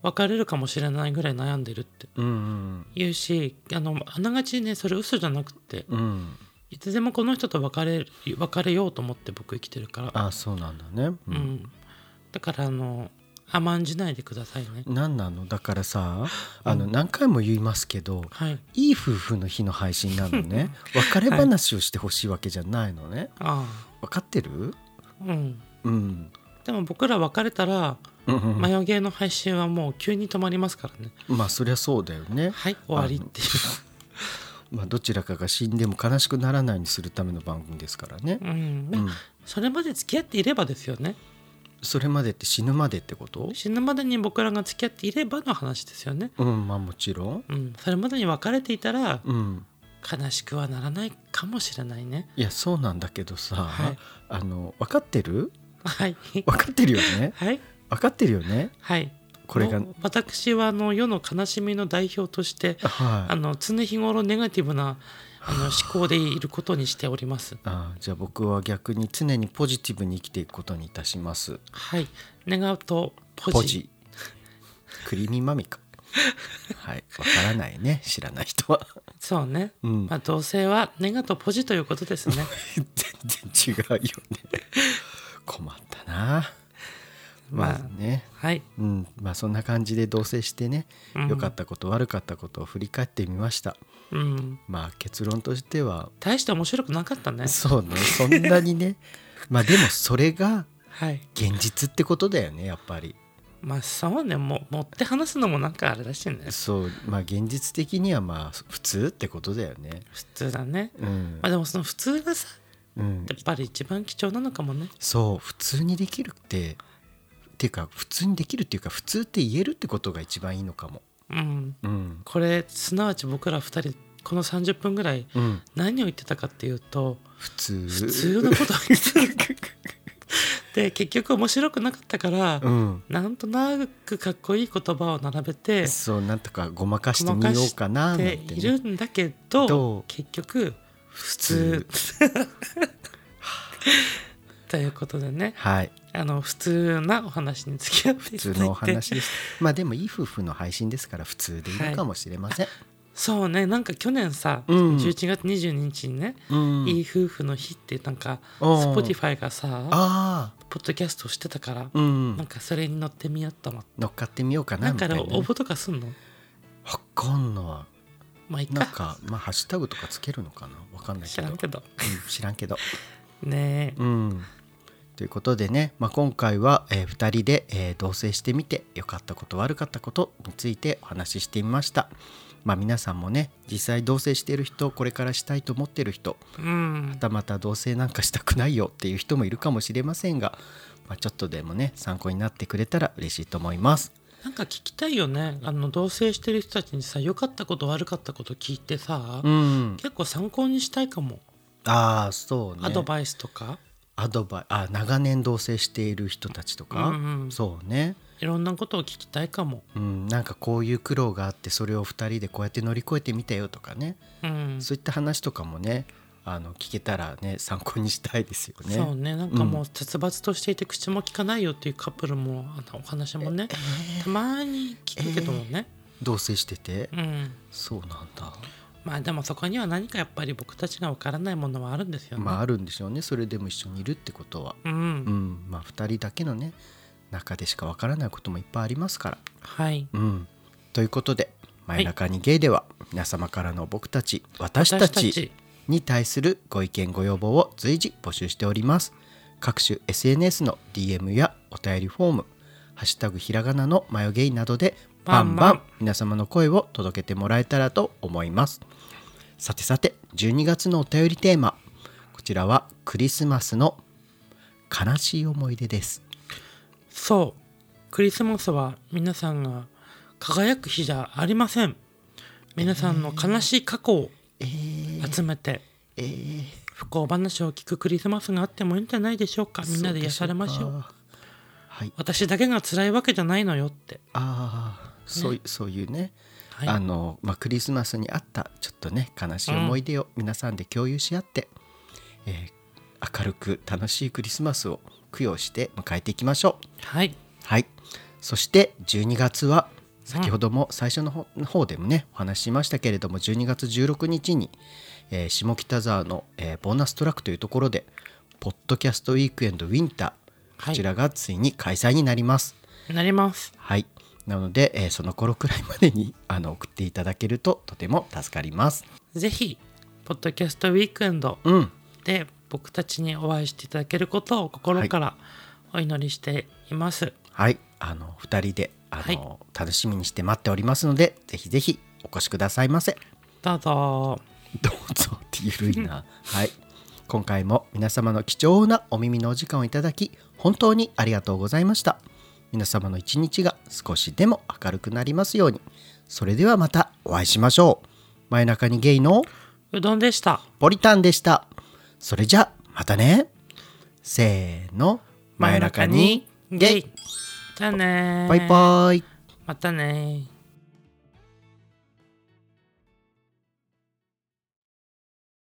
Speaker 1: 別れるかもしれないぐらい悩んでるって
Speaker 2: うん
Speaker 1: 言うしあのあながちねそれ嘘じゃなくて
Speaker 2: うんうん
Speaker 1: いつでもこの人と別れる別れようと思って僕生きてるから、
Speaker 2: あそうなんだねう
Speaker 1: うん
Speaker 2: ん、
Speaker 1: だからあの甘んじないでくださいね
Speaker 2: 何なのだからさあの
Speaker 1: うん
Speaker 2: 何回も言いますけど、
Speaker 1: はい
Speaker 2: いい夫婦の日の配信なのね 別れ話をしてほしいわけじゃないのね
Speaker 1: あ
Speaker 2: 分かってる
Speaker 1: あうん
Speaker 2: うん、
Speaker 1: でも僕ら別れたら
Speaker 2: うんうん
Speaker 1: マヨゲーの配信はもう急に止まりますからね
Speaker 2: まあそりゃそうだよね、
Speaker 1: はい終わりってい
Speaker 2: まあ、どちらかが死んでも悲しくならないようにするための番組ですからね
Speaker 1: う、、うん
Speaker 2: うん、
Speaker 1: それまで付き合っていればですよね
Speaker 2: それまでって死ぬまでってこと
Speaker 1: 死ぬまでに僕らが付き合っていればの話ですよね
Speaker 2: うんまあもちろん、
Speaker 1: うん、それまでに別れていたら
Speaker 2: うん、
Speaker 1: 悲しくはならないかもしれないね
Speaker 2: いやそうなんだけどさ、
Speaker 1: はい
Speaker 2: あの分かってる
Speaker 1: はい
Speaker 2: 分かってるよ ね
Speaker 1: はい
Speaker 2: 分かってるよね
Speaker 1: はい
Speaker 2: これが
Speaker 1: もう私はあの世の悲しみの代表としてあ
Speaker 2: はい
Speaker 1: の常日頃ネガティブなあの思考でいることにしております
Speaker 2: あじゃあ僕は逆に常にポジティブに生きていくことにいたします
Speaker 1: はい願うとポジ
Speaker 2: ポジクリーミーマミかはいわからないね 知らない人は、
Speaker 1: そうね、
Speaker 2: うん、
Speaker 1: まあ、同性はネガとポジということ ですね
Speaker 2: 全然違うよね困ったなまあね、
Speaker 1: はい、
Speaker 2: うん、まあそんな感じで同棲してね
Speaker 1: うん
Speaker 2: 良かったこと悪かったことを振り返ってみました、
Speaker 1: うん、
Speaker 2: まあ結論としては
Speaker 1: 大して面白くなかったね
Speaker 2: そうねそんなに ねまあでもそれが
Speaker 1: はい
Speaker 2: 現実ってことだよねやっぱり
Speaker 1: まあそうねもう持って話すのもなんかあれだしね
Speaker 2: そうまあ現実的にはまあ普通ってことだよね
Speaker 1: 普通だね
Speaker 2: うん
Speaker 1: まあ、でもその普通がさ
Speaker 2: うん
Speaker 1: やっぱり一番貴重なのかもね
Speaker 2: そう普通にできるってっていうか普通にできるっていうか普通って言えるってことが一番いいのかも
Speaker 1: うん
Speaker 2: うん
Speaker 1: これすなわち僕ら2人この30分ぐらい
Speaker 2: うん
Speaker 1: 何を言ってたかっていうと
Speaker 2: 普通
Speaker 1: 普通のことを言ってた で結局面白くなかったから、
Speaker 2: うん
Speaker 1: なんとなくかっこいい言葉を並べて
Speaker 2: そうなんとかごまかしてみようかななん
Speaker 1: で
Speaker 2: て
Speaker 1: い
Speaker 2: ね
Speaker 1: るんだけど
Speaker 2: どう
Speaker 1: 結局普
Speaker 2: 普
Speaker 1: 通 ということでね
Speaker 2: はい
Speaker 1: あの普通なお話に付き合っていただい
Speaker 2: 普通
Speaker 1: て
Speaker 2: のお話ですまあでもいい夫婦の配信ですから普通でいいのかもしれません、
Speaker 1: そうねなんか去年さ、
Speaker 2: うん
Speaker 1: 11月22日にね、
Speaker 2: うん
Speaker 1: いい夫婦の日ってなんか
Speaker 2: うん
Speaker 1: Spotify がさ
Speaker 2: あ
Speaker 1: ポッドキャストしてたから、
Speaker 2: あうん
Speaker 1: なんかそれに乗ってみようと思って
Speaker 2: 乗っかってみようかな
Speaker 1: なん
Speaker 2: み
Speaker 1: か
Speaker 2: たいなね
Speaker 1: 応募とかすんの
Speaker 2: わかんな
Speaker 1: まあいい
Speaker 2: いなん
Speaker 1: か
Speaker 2: かまあハッシュタグとかつけるのかなわかんない
Speaker 1: 知
Speaker 2: けど
Speaker 1: らんけど
Speaker 2: うん知らんけど
Speaker 1: ねえ
Speaker 2: うん、ということでね、まあ、今回は、え2人で、えー同棲してみて良かったこと悪かったことについてお話ししてみました。まあ、皆さんもね実際同棲している人これからしたいと思ってる人
Speaker 1: うん
Speaker 2: またまた同棲なんかしたくないよっていう人もいるかもしれませんが、まあ、ちょっとでもね参考になってくれたら嬉しいと思います。
Speaker 1: なんか聞きたいよねあの同棲してる人たちにさ良かったこと悪かったこと聞いてさ、
Speaker 2: うん、
Speaker 1: 結構参考にしたいかも
Speaker 2: ああそうね
Speaker 1: アドバイスとか、
Speaker 2: アドバイあ長年同棲している人たちとか、
Speaker 1: うんうん
Speaker 2: そうね
Speaker 1: いろんなことを聞きたいかも、
Speaker 2: うん、なんかこういう苦労があってそれを2人でこうやって乗り越えてみたよとかね、
Speaker 1: うん、
Speaker 2: そういった話とかもねあの聞けたらね参考にしたいですよね。
Speaker 1: そうねなんかもう殺伐としていて口も聞かないよっていうカップルもあのお話もねたまに聞くけどもね、
Speaker 2: 同棲してて、
Speaker 1: うん
Speaker 2: そうなんだ、
Speaker 1: まあでもそこには何かやっぱり僕たちがわからないものはあるんですよね、
Speaker 2: まああるんでしょうねそれでも一緒にいるってことは、
Speaker 1: うん、
Speaker 2: うんまあ、2人だけのね中でしかわからないこともいっぱいありますから。
Speaker 1: はい
Speaker 2: うん、ということで「
Speaker 1: い
Speaker 2: 真夜中にゲイ」では皆様からの僕たち私た
Speaker 1: 私た
Speaker 2: ち
Speaker 1: ち
Speaker 2: に対するご意見ご要望を随時募集しております。各種 SNS の DM やお便りフォーム「ハッシュタグひらがなのマヨゲイ」などでバンバ
Speaker 1: バンバン
Speaker 2: ン皆様の声を届けてもらえたらと思いますさてさて12月のお便りテーマこちらはクリスマスの悲しい思い出です
Speaker 1: そうクリスマスは皆さんが輝く日じゃありません皆さんの悲しい過去を
Speaker 2: えー、
Speaker 1: 集めて
Speaker 2: えー、
Speaker 1: 不幸話を聞くクリスマスがあってもいいんじゃないでしょうかみんなで癒されましょう
Speaker 2: そでかはい
Speaker 1: 私だけが辛いわけじゃないのよって
Speaker 2: ああそういそういうね、
Speaker 1: はい
Speaker 2: あのまあ、クリスマスにあったちょっとね悲しい思い出を皆さんで共有し合って、えー明るく楽しいクリスマスを供養して迎えていきましょう。
Speaker 1: はい
Speaker 2: はい、そして12月は先ほども最初の方方でもねお話ししましたけれども12月16日に、えー下北沢の、えーボーナストラックというところで「ポッドキャストウィークエンドウィンター」
Speaker 1: はい
Speaker 2: こちらがついに開催になります。
Speaker 1: なります
Speaker 2: はい。なので、えーその頃くらいまでにあの送っていただけるととても助かります。
Speaker 1: ぜひポッドキャストウィークエンド
Speaker 2: うん。
Speaker 1: で僕たちにお会いしていただけることを心からお祈りしています、
Speaker 2: はい。あの二人であの、
Speaker 1: はい
Speaker 2: 楽しみにして待っておりますので、ぜひぜひお越しくださいませ。
Speaker 1: どうぞ
Speaker 2: どうぞってゆるいな。はい。今回も皆様の貴重なお耳のお時間をいただき、本当にありがとうございました。皆様の一日が少しでも明るくなりますように。それではまたお会いしましょう。真夜中にゲイの
Speaker 1: うどんでした
Speaker 2: ポリタンでした。それじゃ、またね。せーの、真夜中にゲイ
Speaker 1: じゃあねー
Speaker 2: バイバイ
Speaker 1: またねー